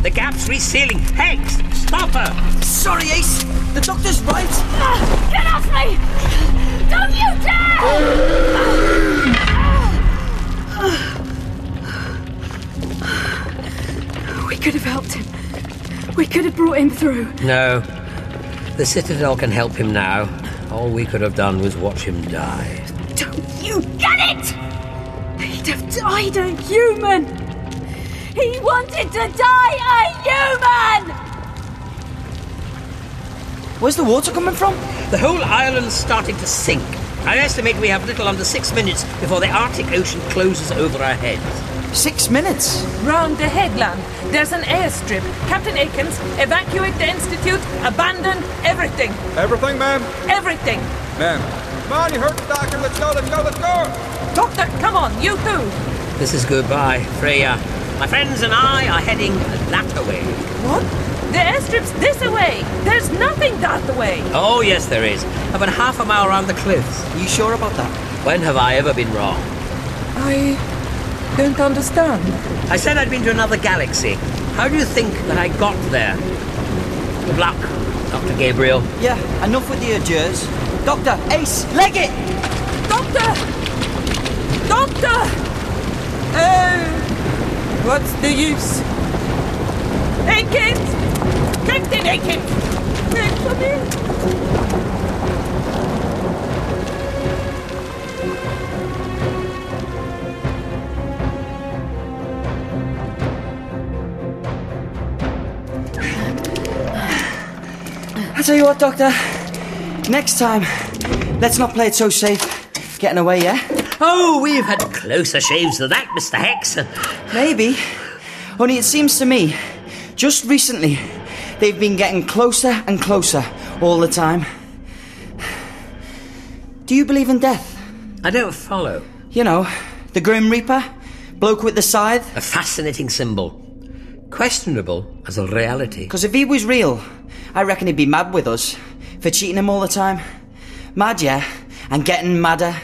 The gap's resealing. Hex, stop her.
Sorry, Ace. The doctor's right.
Ah, get off me! Don't you dare! We could have helped him. We could have brought him through.
No. The Citadel can help him now. All we could have done was watch him die.
You get it? He'd have died a human. He wanted to die a human.
Where's the water coming from? The whole island's starting to sink. I estimate we have little under six minutes before the Arctic Ocean closes over our heads.
Six minutes?
Round the headland, there's an airstrip. Captain Akins, evacuate the Institute, abandon everything.
Everything, ma'am?
Everything.
Ma'am. Come on, you heard the doctor. Let's go, let's go, let's go.
Doctor, come on, you too.
This is goodbye, Freya. My friends and I are heading that way.
What? The airstrip's this way. There's nothing that way.
Oh, yes, there is. About half a mile round the cliffs.
You sure about that?
When have I ever been wrong?
I don't understand.
I said I'd been to another galaxy. How do you think that I got there? Good luck, Dr. Gabriel.
Yeah, enough with the adieus. Doctor, Ace, leg it!
Doctor! Doctor! Oh, what's the use? Akins! Captain Akins! Hey, Come in!
I tell you what, Doctor. Next time, let's not play it so safe. Getting away, yeah?
Oh, we've had closer shaves than that, Mr. Hex.
Maybe. Only it seems to me, just recently, they've been getting closer and closer all the time. Do you believe in death?
I don't follow.
You know, the Grim Reaper, bloke with the scythe.
A fascinating symbol. Questionable as a reality.
Because if he was real, I reckon he'd be mad with us for cheating him all the time. Mad, yeah, and getting madder.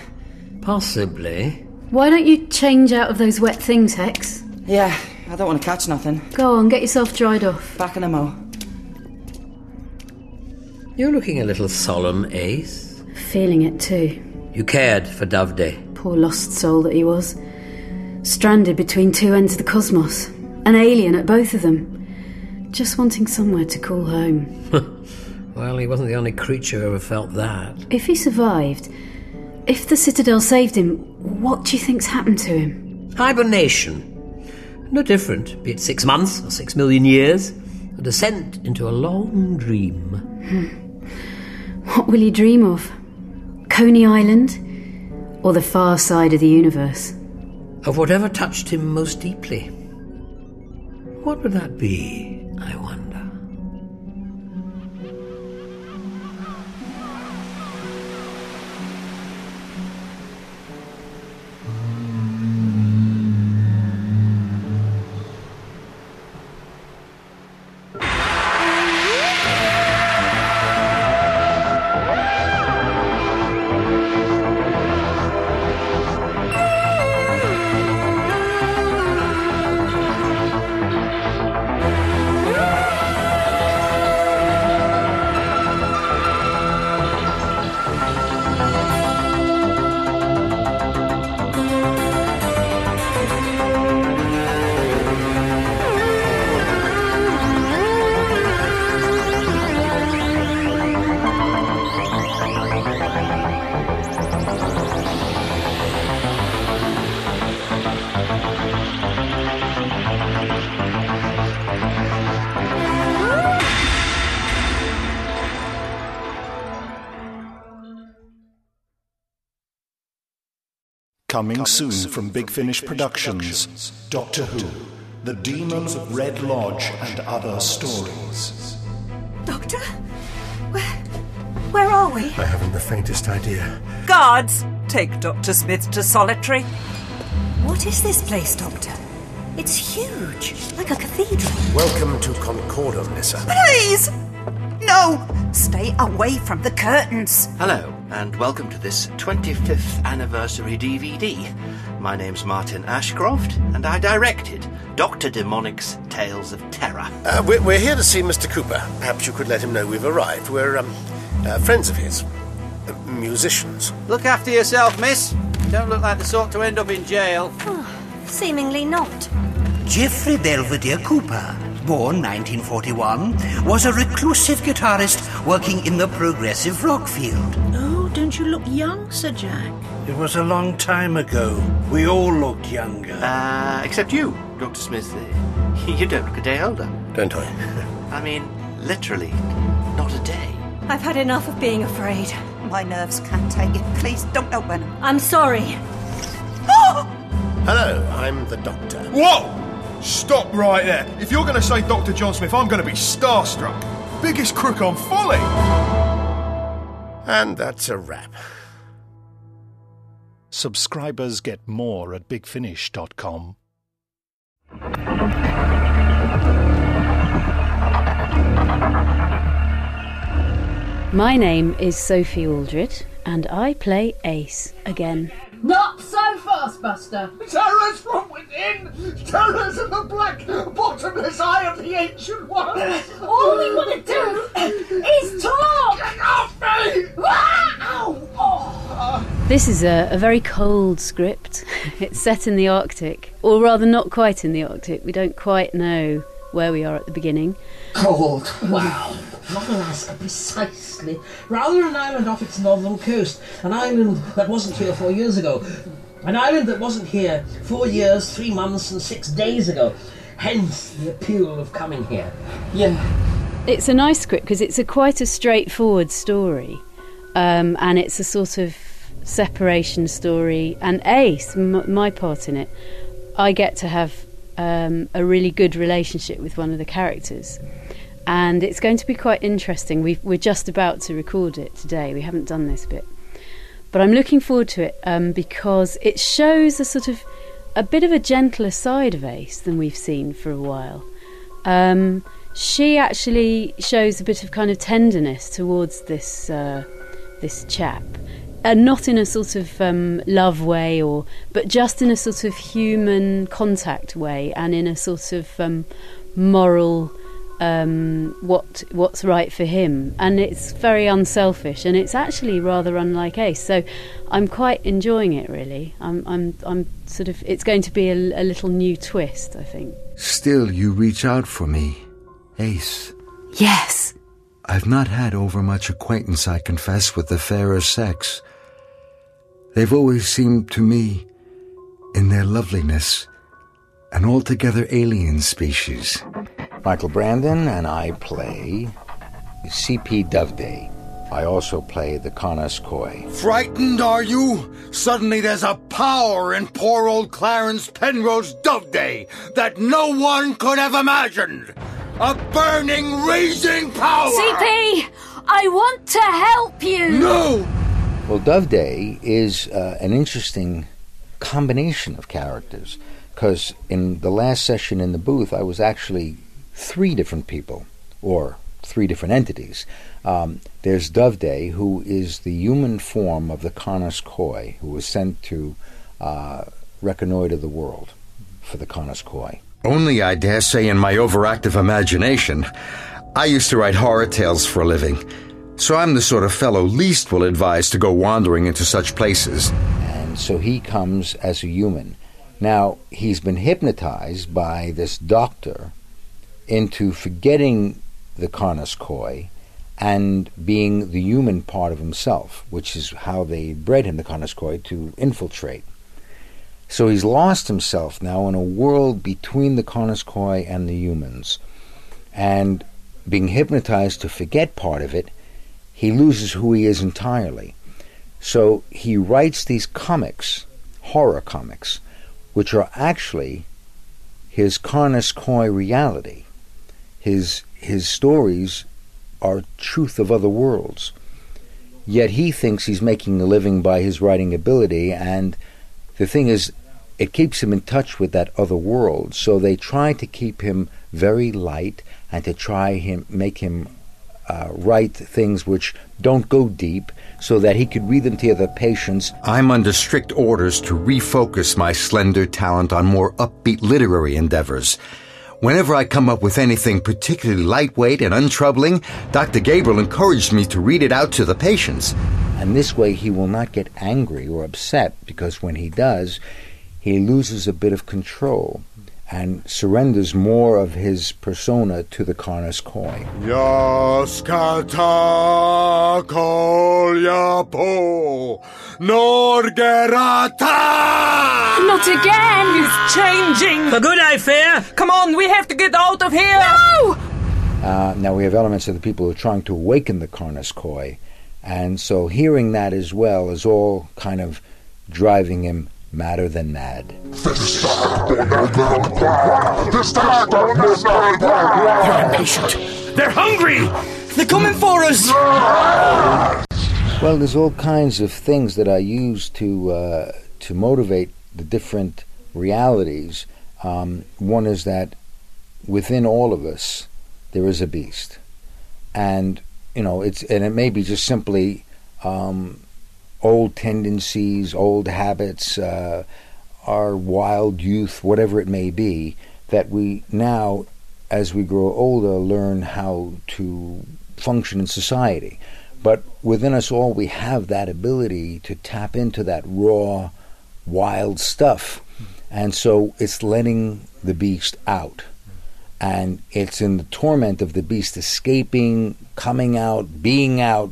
Possibly.
Why don't you change out of those wet things, Hex?
Yeah, I don't want to catch nothing.
Go on, get yourself dried off.
Back in the mow.
You're looking a little solemn, Ace.
Feeling it too.
You cared for Doveday.
Poor lost soul that he was. Stranded between two ends of the cosmos. An alien at both of them. Just wanting somewhere to call home.
[LAUGHS] Well, he wasn't the only creature who ever felt that.
If he survived, if the Citadel saved him, what do you think's happened to him?
Hibernation. No different, be it six months or six million years. A descent into a long dream.
Hmm. What will he dream of? Coney Island? Or the far side of the universe?
Of whatever touched him most deeply. What would that be, I wonder?
Coming soon from Big Finish Productions Doctor Who, The Demon, Red Lodge, and Other Stories.
Doctor? Where, where are we?
I haven't the faintest idea.
Guards! Take Dr. Smith to solitary. What is this place, Doctor? It's huge, like a cathedral.
Welcome to Concordum, Nissa.
Please! No! Stay away from the curtains.
Hello, and welcome to this 25th anniversary DVD. My name's Martin Ashcroft, and I directed Dr. Demonic's Tales of Terror.
Uh, we're, we're here to see Mr. Cooper. Perhaps you could let him know we've arrived. We're um, uh, friends of his, uh, musicians.
Look after yourself, miss. Don't look like the sort to end up in jail.
Seemingly not.
Geoffrey Belvedere Cooper, born 1941, was a reclusive guitarist working in the progressive rock field.
Oh, don't you look young, Sir Jack?
It was a long time ago. We all looked younger.
Uh, except you, Dr. Smith. [LAUGHS] Uh, You don't look a day older.
Don't I?
[LAUGHS] I mean, literally, not a day.
I've had enough of being afraid. My nerves can't take it. Please don't open. I'm sorry.
Hello, I'm the Doctor.
Whoa! Stop right there. If you're going to say Dr. John Smith, I'm going to be starstruck. Biggest crook on folly.
And that's a wrap.
Subscribers get more at bigfinish.com.
My name is Sophie Aldred, and I play Ace again.
Not so fast, Buster!
Terrors from within! Terrors in the black, bottomless eye of the ancient one!
All we want to do is talk! Get off me!
Oh.
Ah!
This is a, a very cold script. [LAUGHS] it's set in the Arctic, or rather, not quite in the Arctic. We don't quite know where we are at the beginning. [LAUGHS]
Cold. Wow. Not Alaska, precisely. Rather an island off its northern coast. An island that wasn't here four years ago. An island that wasn't here four years, three months, and six days ago. Hence the appeal of coming here. Yeah.
It's a nice script because it's a quite a straightforward story, um, and it's a sort of separation story. And Ace, m- my part in it, I get to have um, a really good relationship with one of the characters, and it's going to be quite interesting. We've, we're just about to record it today. We haven't done this bit, but I'm looking forward to it um, because it shows a sort of a bit of a gentler side of Ace than we've seen for a while. Um, she actually shows a bit of kind of tenderness towards this uh, this chap, and not in a sort of um, love way, or but just in a sort of human contact way, and in a sort of um, moral um, what what's right for him, and it's very unselfish, and it's actually rather unlike Ace. So I'm quite enjoying it really. I'm I'm I'm sort of it's going to be a, a little new twist, I think.
Still, you reach out for me, Ace.
Yes.
I've not had over much acquaintance, I confess, with the fairer sex. They've always seemed to me, in their loveliness, an altogether alien species. Michael Brandon and I play
CP Doveday. I also play the Connors Coy.
Frightened, are you? Suddenly there's a power in poor old Clarence Penrose Doveday that no one could have imagined. A burning, raging power!
CP, I want to help you.
No! Well, Doveday is uh, an interesting combination of characters because in the last session in the booth, I was actually three different people or three different entities. Um, there's Doveday, who is the human form of the Connors Coy, who was sent to uh, reconnoiter the world for the Connors Coy.
Only, I dare say, in my overactive imagination. I used to write horror tales for a living, so I'm the sort of fellow least will advise to go wandering into such places.
And so he comes as a human. Now, he's been hypnotized by this doctor into forgetting the Karnas Koi and being the human part of himself, which is how they bred him, the Karnas Koi, to infiltrate. So he's lost himself now in a world between the Karnas Koi and the humans. And being hypnotized to forget part of it, he loses who he is entirely. So he writes these comics horror comics, which are actually his Carnus Coy reality. His, his stories are truth of other worlds. Yet he thinks he's making a living by his writing ability, and the thing is, it keeps him in touch with that other world. So they try to keep him very light and to try him make him uh, write things which don't go deep, so that he could read them to other patients.
I'm under strict orders to refocus my slender talent on more upbeat literary endeavors. Whenever I come up with anything particularly lightweight and untroubling, Dr. Gabriel encouraged me to read it out to the patients.
And this way he will not get angry or upset because when he does, he loses a bit of control and surrenders more of his persona to the Carnus Koi.
Jaskata kolyapo norgerata.
Not again! It's changing!
For good, I fear!
Come on, we have to get out of here! No!
Uh, now we have elements of the people who are trying to awaken the Carnus Koi, and so hearing that as well is all kind of driving him madder than mad.
They're
impatient.
They're hungry. They're coming for us.
Well, there's all kinds of things that I use to uh, to motivate the different realities. Um, one is that within all of us there is a beast, and you know it's and it may be just simply um, old tendencies, old habits, uh, our wild youth, whatever it may be, that we now, as we grow older, learn how to function in society. But within us all, we have that ability to tap into that raw, wild stuff. And so it's letting the beast out. And it's in the torment of the beast escaping, coming out, being out,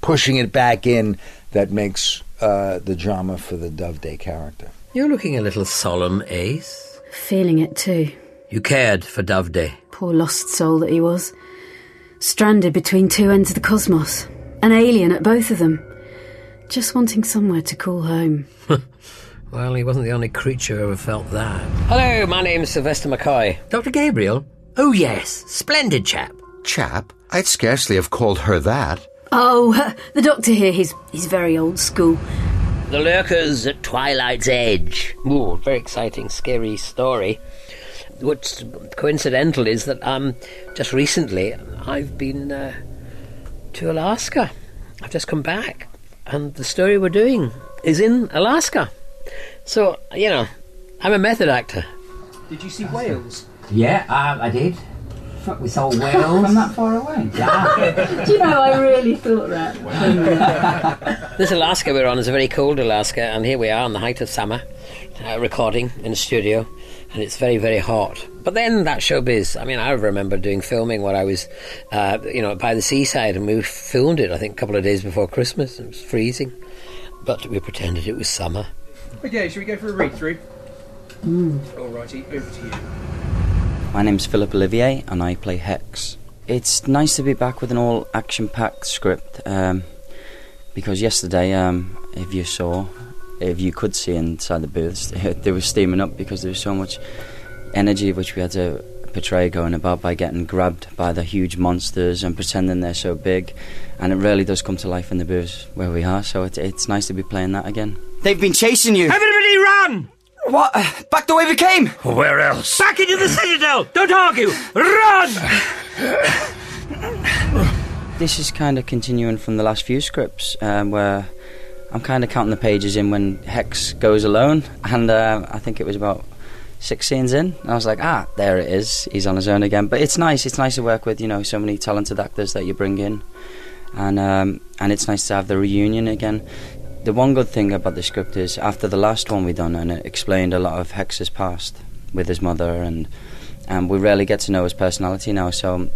pushing it back in that makes uh, the drama for the Doveday character.
You're looking a little solemn, Ace.
Feeling it too.
You cared for Doveday.
Poor lost soul that he was. Stranded between two ends of the cosmos. An alien at both of them. Just wanting somewhere to call home.
Well, he wasn't the only creature who ever felt that. Hello, my name's Sylvester McCoy. Dr. Gabriel? Oh, yes. Splendid chap.
Chap? I'd scarcely have called her that.
Oh, [LAUGHS] the doctor here, he's, he's very old school.
The Lurkers at Twilight's Edge. Ooh, very exciting, scary story. What's coincidental is that um, just recently I've been uh, to Alaska. I've just come back, and the story we're doing is in Alaska. So, you know, I'm a method actor.
Did you see whales?
Yeah, um, I, I did. Fuck, we [LAUGHS] saw whales.
From that
[LAUGHS]
far away?
Yeah.
Do you know, I really thought that.
This Alaska we're on is a very cold Alaska, and here we are on the height of summer, uh, recording in a studio, and it's very, very hot. But then that showbiz. I mean, I remember doing filming when I was, uh, you know, by the seaside, and we filmed it. I think a couple of days before Christmas. It was freezing, but we pretended it was summer.
Okay, should we go for a read through?
Mm.
Alrighty, over to you.
My name's Philip Olivier and I play Hex. It's nice to be back with an all action packed script um, because yesterday, um, if you saw, if you could see inside the booths, [LAUGHS] they were steaming up because there was so much energy which we had to portray going about by getting grabbed by the huge monsters and pretending they're so big. And it really does come to life in the booths where we are, so it, it's nice to be playing that again. They've been chasing you!
[LAUGHS] Everybody run!
What? Back the way we came!
Where else? Back into the citadel! Don't argue! Run!
This is kind of continuing from the last few scripts, um, where I'm kind of counting the pages in when Hex goes alone, and uh, I think it was about six scenes in, and I was like, ah, there it is, he's on his own again. But it's nice, it's nice to work with, you know, so many talented actors that you bring in, and um, and it's nice to have the reunion again. The one good thing about the script is after the last one we done, and it explained a lot of Hex's past with his mother, and and we really get to know his personality now. So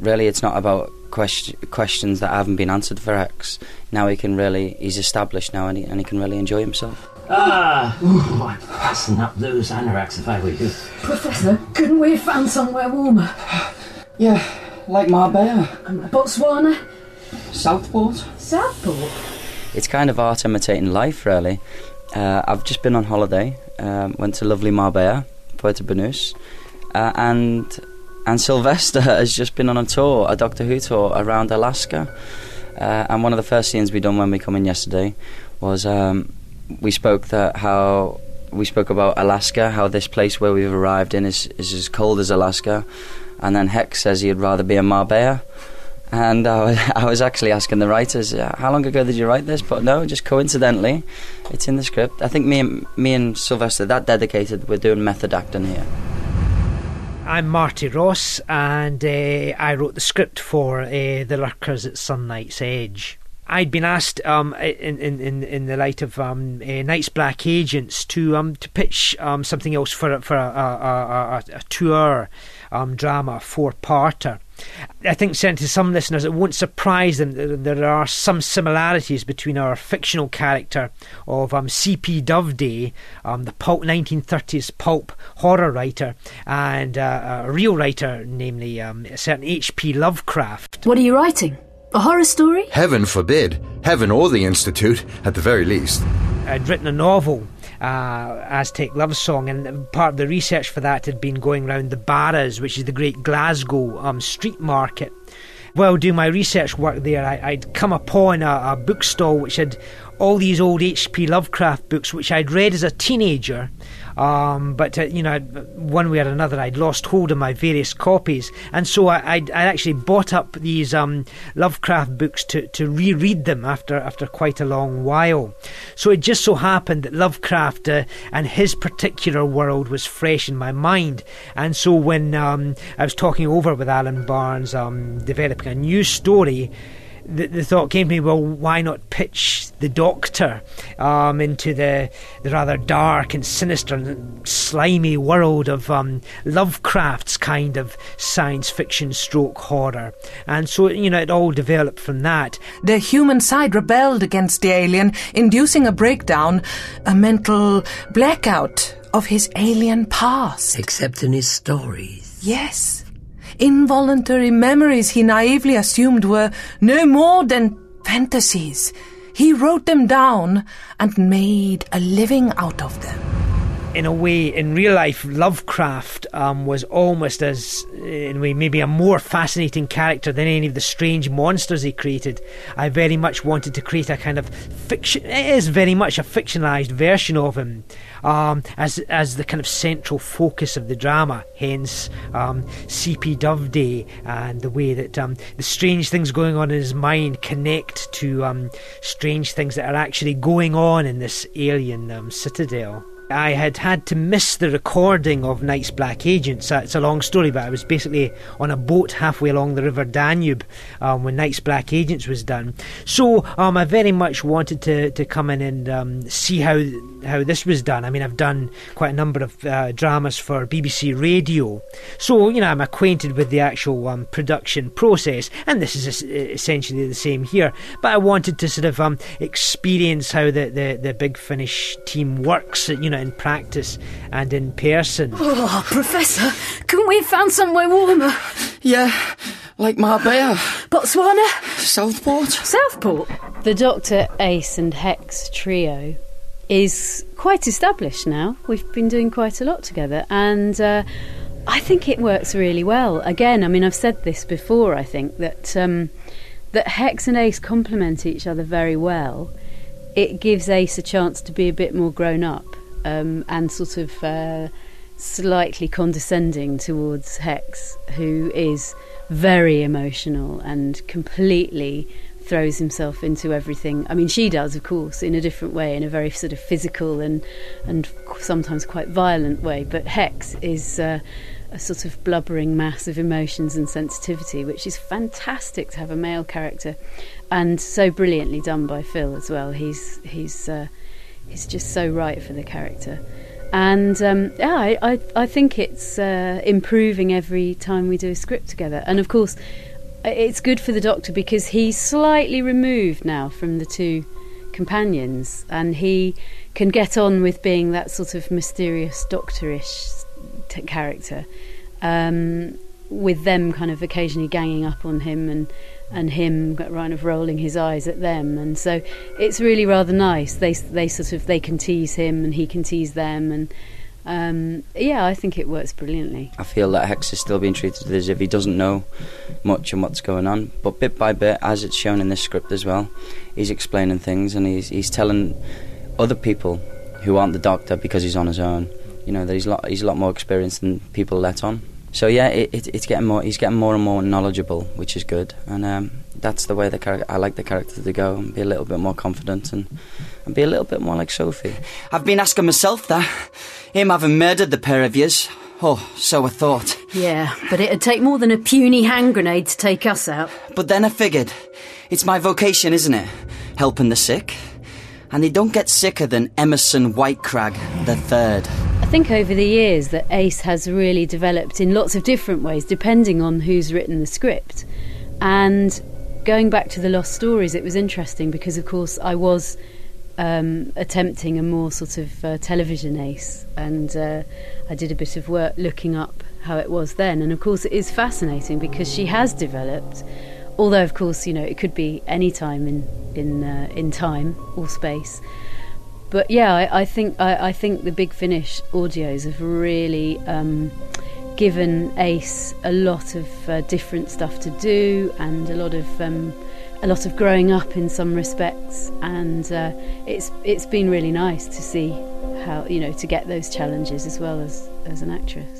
really, it's not about question, questions that haven't been answered for Hex. Now he can really, he's established now, and he, and he can really enjoy himself.
Ah! Ooh, I'd fasten up those anoraks if I were you.
Professor, couldn't we have found somewhere warmer?
Yeah, like Marbella,
And Botswana?
Southport.
Southport?
It's kind of art imitating life, really. Uh, I've just been on holiday. Um, went to lovely Marbella, Puerto Banús, uh, and and Sylvester [LAUGHS] has just been on a tour, a Doctor Who tour around Alaska. Uh, and one of the first scenes we done when we come in yesterday was um, we spoke that how we spoke about Alaska, how this place where we've arrived in is is as cold as Alaska, and then Hex says he'd rather be in Marbella. And I was, [LAUGHS] I was actually asking the writers, uh, how long ago did you write this? But no, just coincidentally, it's in the script. I think me and me and Sylvester that dedicated. We're doing method acting here.
I'm Marty Ross, and uh, I wrote the script for uh, The Lurkers at Sunnight's Edge. I'd been asked um, in, in, in, in the light of um, uh, Knights Black Agents to um, to pitch um, something else for, a- for a, a, a, a, a two-hour um, drama, a four-parter. I think, certainly to some listeners, it won't surprise them that there are some similarities between our fictional character of um, C.P. Doveday, um, the pulp 1930s pulp horror writer, and uh, a real writer, namely um, a certain H.P. Lovecraft.
What are you writing? A horror story?
Heaven forbid. Heaven or the Institute, at the very least.
I'd written a novel, uh, Aztec Love Song, and part of the research for that had been going round the Barras, which is the great Glasgow um, street market. While doing my research work there, I, I'd come upon a, a bookstall which had all these old H.P. Lovecraft books, which I'd read as a teenager. Um, but uh, you know, I'd- one way or another, I'd lost hold of my various copies, and so I, I'd, I actually bought up these um, Lovecraft books to, to reread them after after quite a long while. So it just so happened that Lovecraft uh, and his particular world was fresh in my mind, and so when um, I was talking over with Alan Barnes, um, developing a new story the, the thought came to me, well, why not pitch the Doctor um, into the, the rather dark and sinister and slimy world of um, Lovecraft's kind of science fiction stroke horror? And so, you know, it all developed from that.
The human side rebelled against the alien, inducing a breakdown, a mental blackout of his alien past.
Except in his stories.
Yes. Involuntary memories he naively assumed were no more than fantasies. He wrote them down and made a living out of them.
in a way, in real life, Lovecraft um, was almost as, in a way, maybe a more fascinating character than any of the strange monsters he created. I very much wanted to create a kind of fiction. It is very much a fictionalized version of him, um, as as the kind of central focus of the drama. Hence, um, C.P. Doveday and the way that um, the strange things going on in his mind connect to um, strange things that are actually going on in this alien um, citadel. I had had to miss the recording of Night's Black Agents. Uh, It's a long story, but I was basically on a boat halfway along the River Danube um, when Night's Black Agents was done. So um, I very much wanted to, to come in and um, see how how this was done. I mean, I've done quite a number of uh, dramas for BBC Radio, so you know I'm acquainted with the actual um, production process, and this is es- essentially the same here. But I wanted to sort of um, experience how the, the, the Big Finish team works, you know, in practice and in person.
Oh, Professor, couldn't we have found somewhere warmer?
Yeah, like Marbella.
Botswana?
Southport?
Southport?
The Doctor, Ace, and Hex trio is quite established now. We've been doing quite a lot together, and uh, I think it works really well. Again, I mean, I've said this before. I think that um, that Hex and Ace complement each other very well. It gives Ace a chance to be a bit more grown up um, and sort of uh, slightly condescending towards Hex, who is very emotional and completely throws himself into everything. I mean, she does, of course, in a different way, in a very sort of physical and and sometimes quite violent way. But Hex is. Uh, a sort of blubbering mass of emotions and sensitivity, which is fantastic to have a male character, and so brilliantly done by Phil as well. He's he's uh, he's just so right for the character, and um, yeah, I, I I think it's uh, improving every time we do a script together, and of course, it's good for the Doctor because he's slightly removed now from the two companions, and he can get on with being that sort of mysterious doctorish t- character. Um, with them kind of occasionally ganging up on him and and him kind of rolling his eyes at them and so it's really rather nice they they sort of they can tease him and he can tease them and um, yeah I think it works brilliantly
I feel that Hex is still being treated as if he doesn't know much and what's going on. But bit by bit, as it's shown in this script as well, he's explaining things and he's he's telling other people who aren't the doctor because he's on his own. You know that he's lot he's a lot more experienced than people let on. So yeah, it, it, it's getting more he's getting more and more knowledgeable, which is good. And um, that's the way the character I like the character to go and be a little bit more confident and and be a little bit more like Sophie.
I've been asking myself that. Him having murdered the pair of yous. Oh, so I thought.
Yeah, but it'd take more than a puny hand grenade to take us out.
But then I figured, it's my vocation, isn't it? Helping the sick. And they don't get sicker than Emerson Whitecrag the third.
I think over the years that Ace has really developed in lots of different ways, depending on who's written the script. And going back to the Lost Stories, it was interesting because, of course, I was um, attempting a more sort of uh, television Ace, and uh, I did a bit of work looking up how it was then. And of course, it is fascinating because she has developed. Although, of course, you know it could be any time in in uh, in time or space but yeah, I, I think I, I think the Big Finish audios have really um, given Ace a lot of uh, different stuff to do and a lot of um, a lot of growing up in some respects, and uh, it's it's been really nice to see how you know to get those challenges as well as as an actress.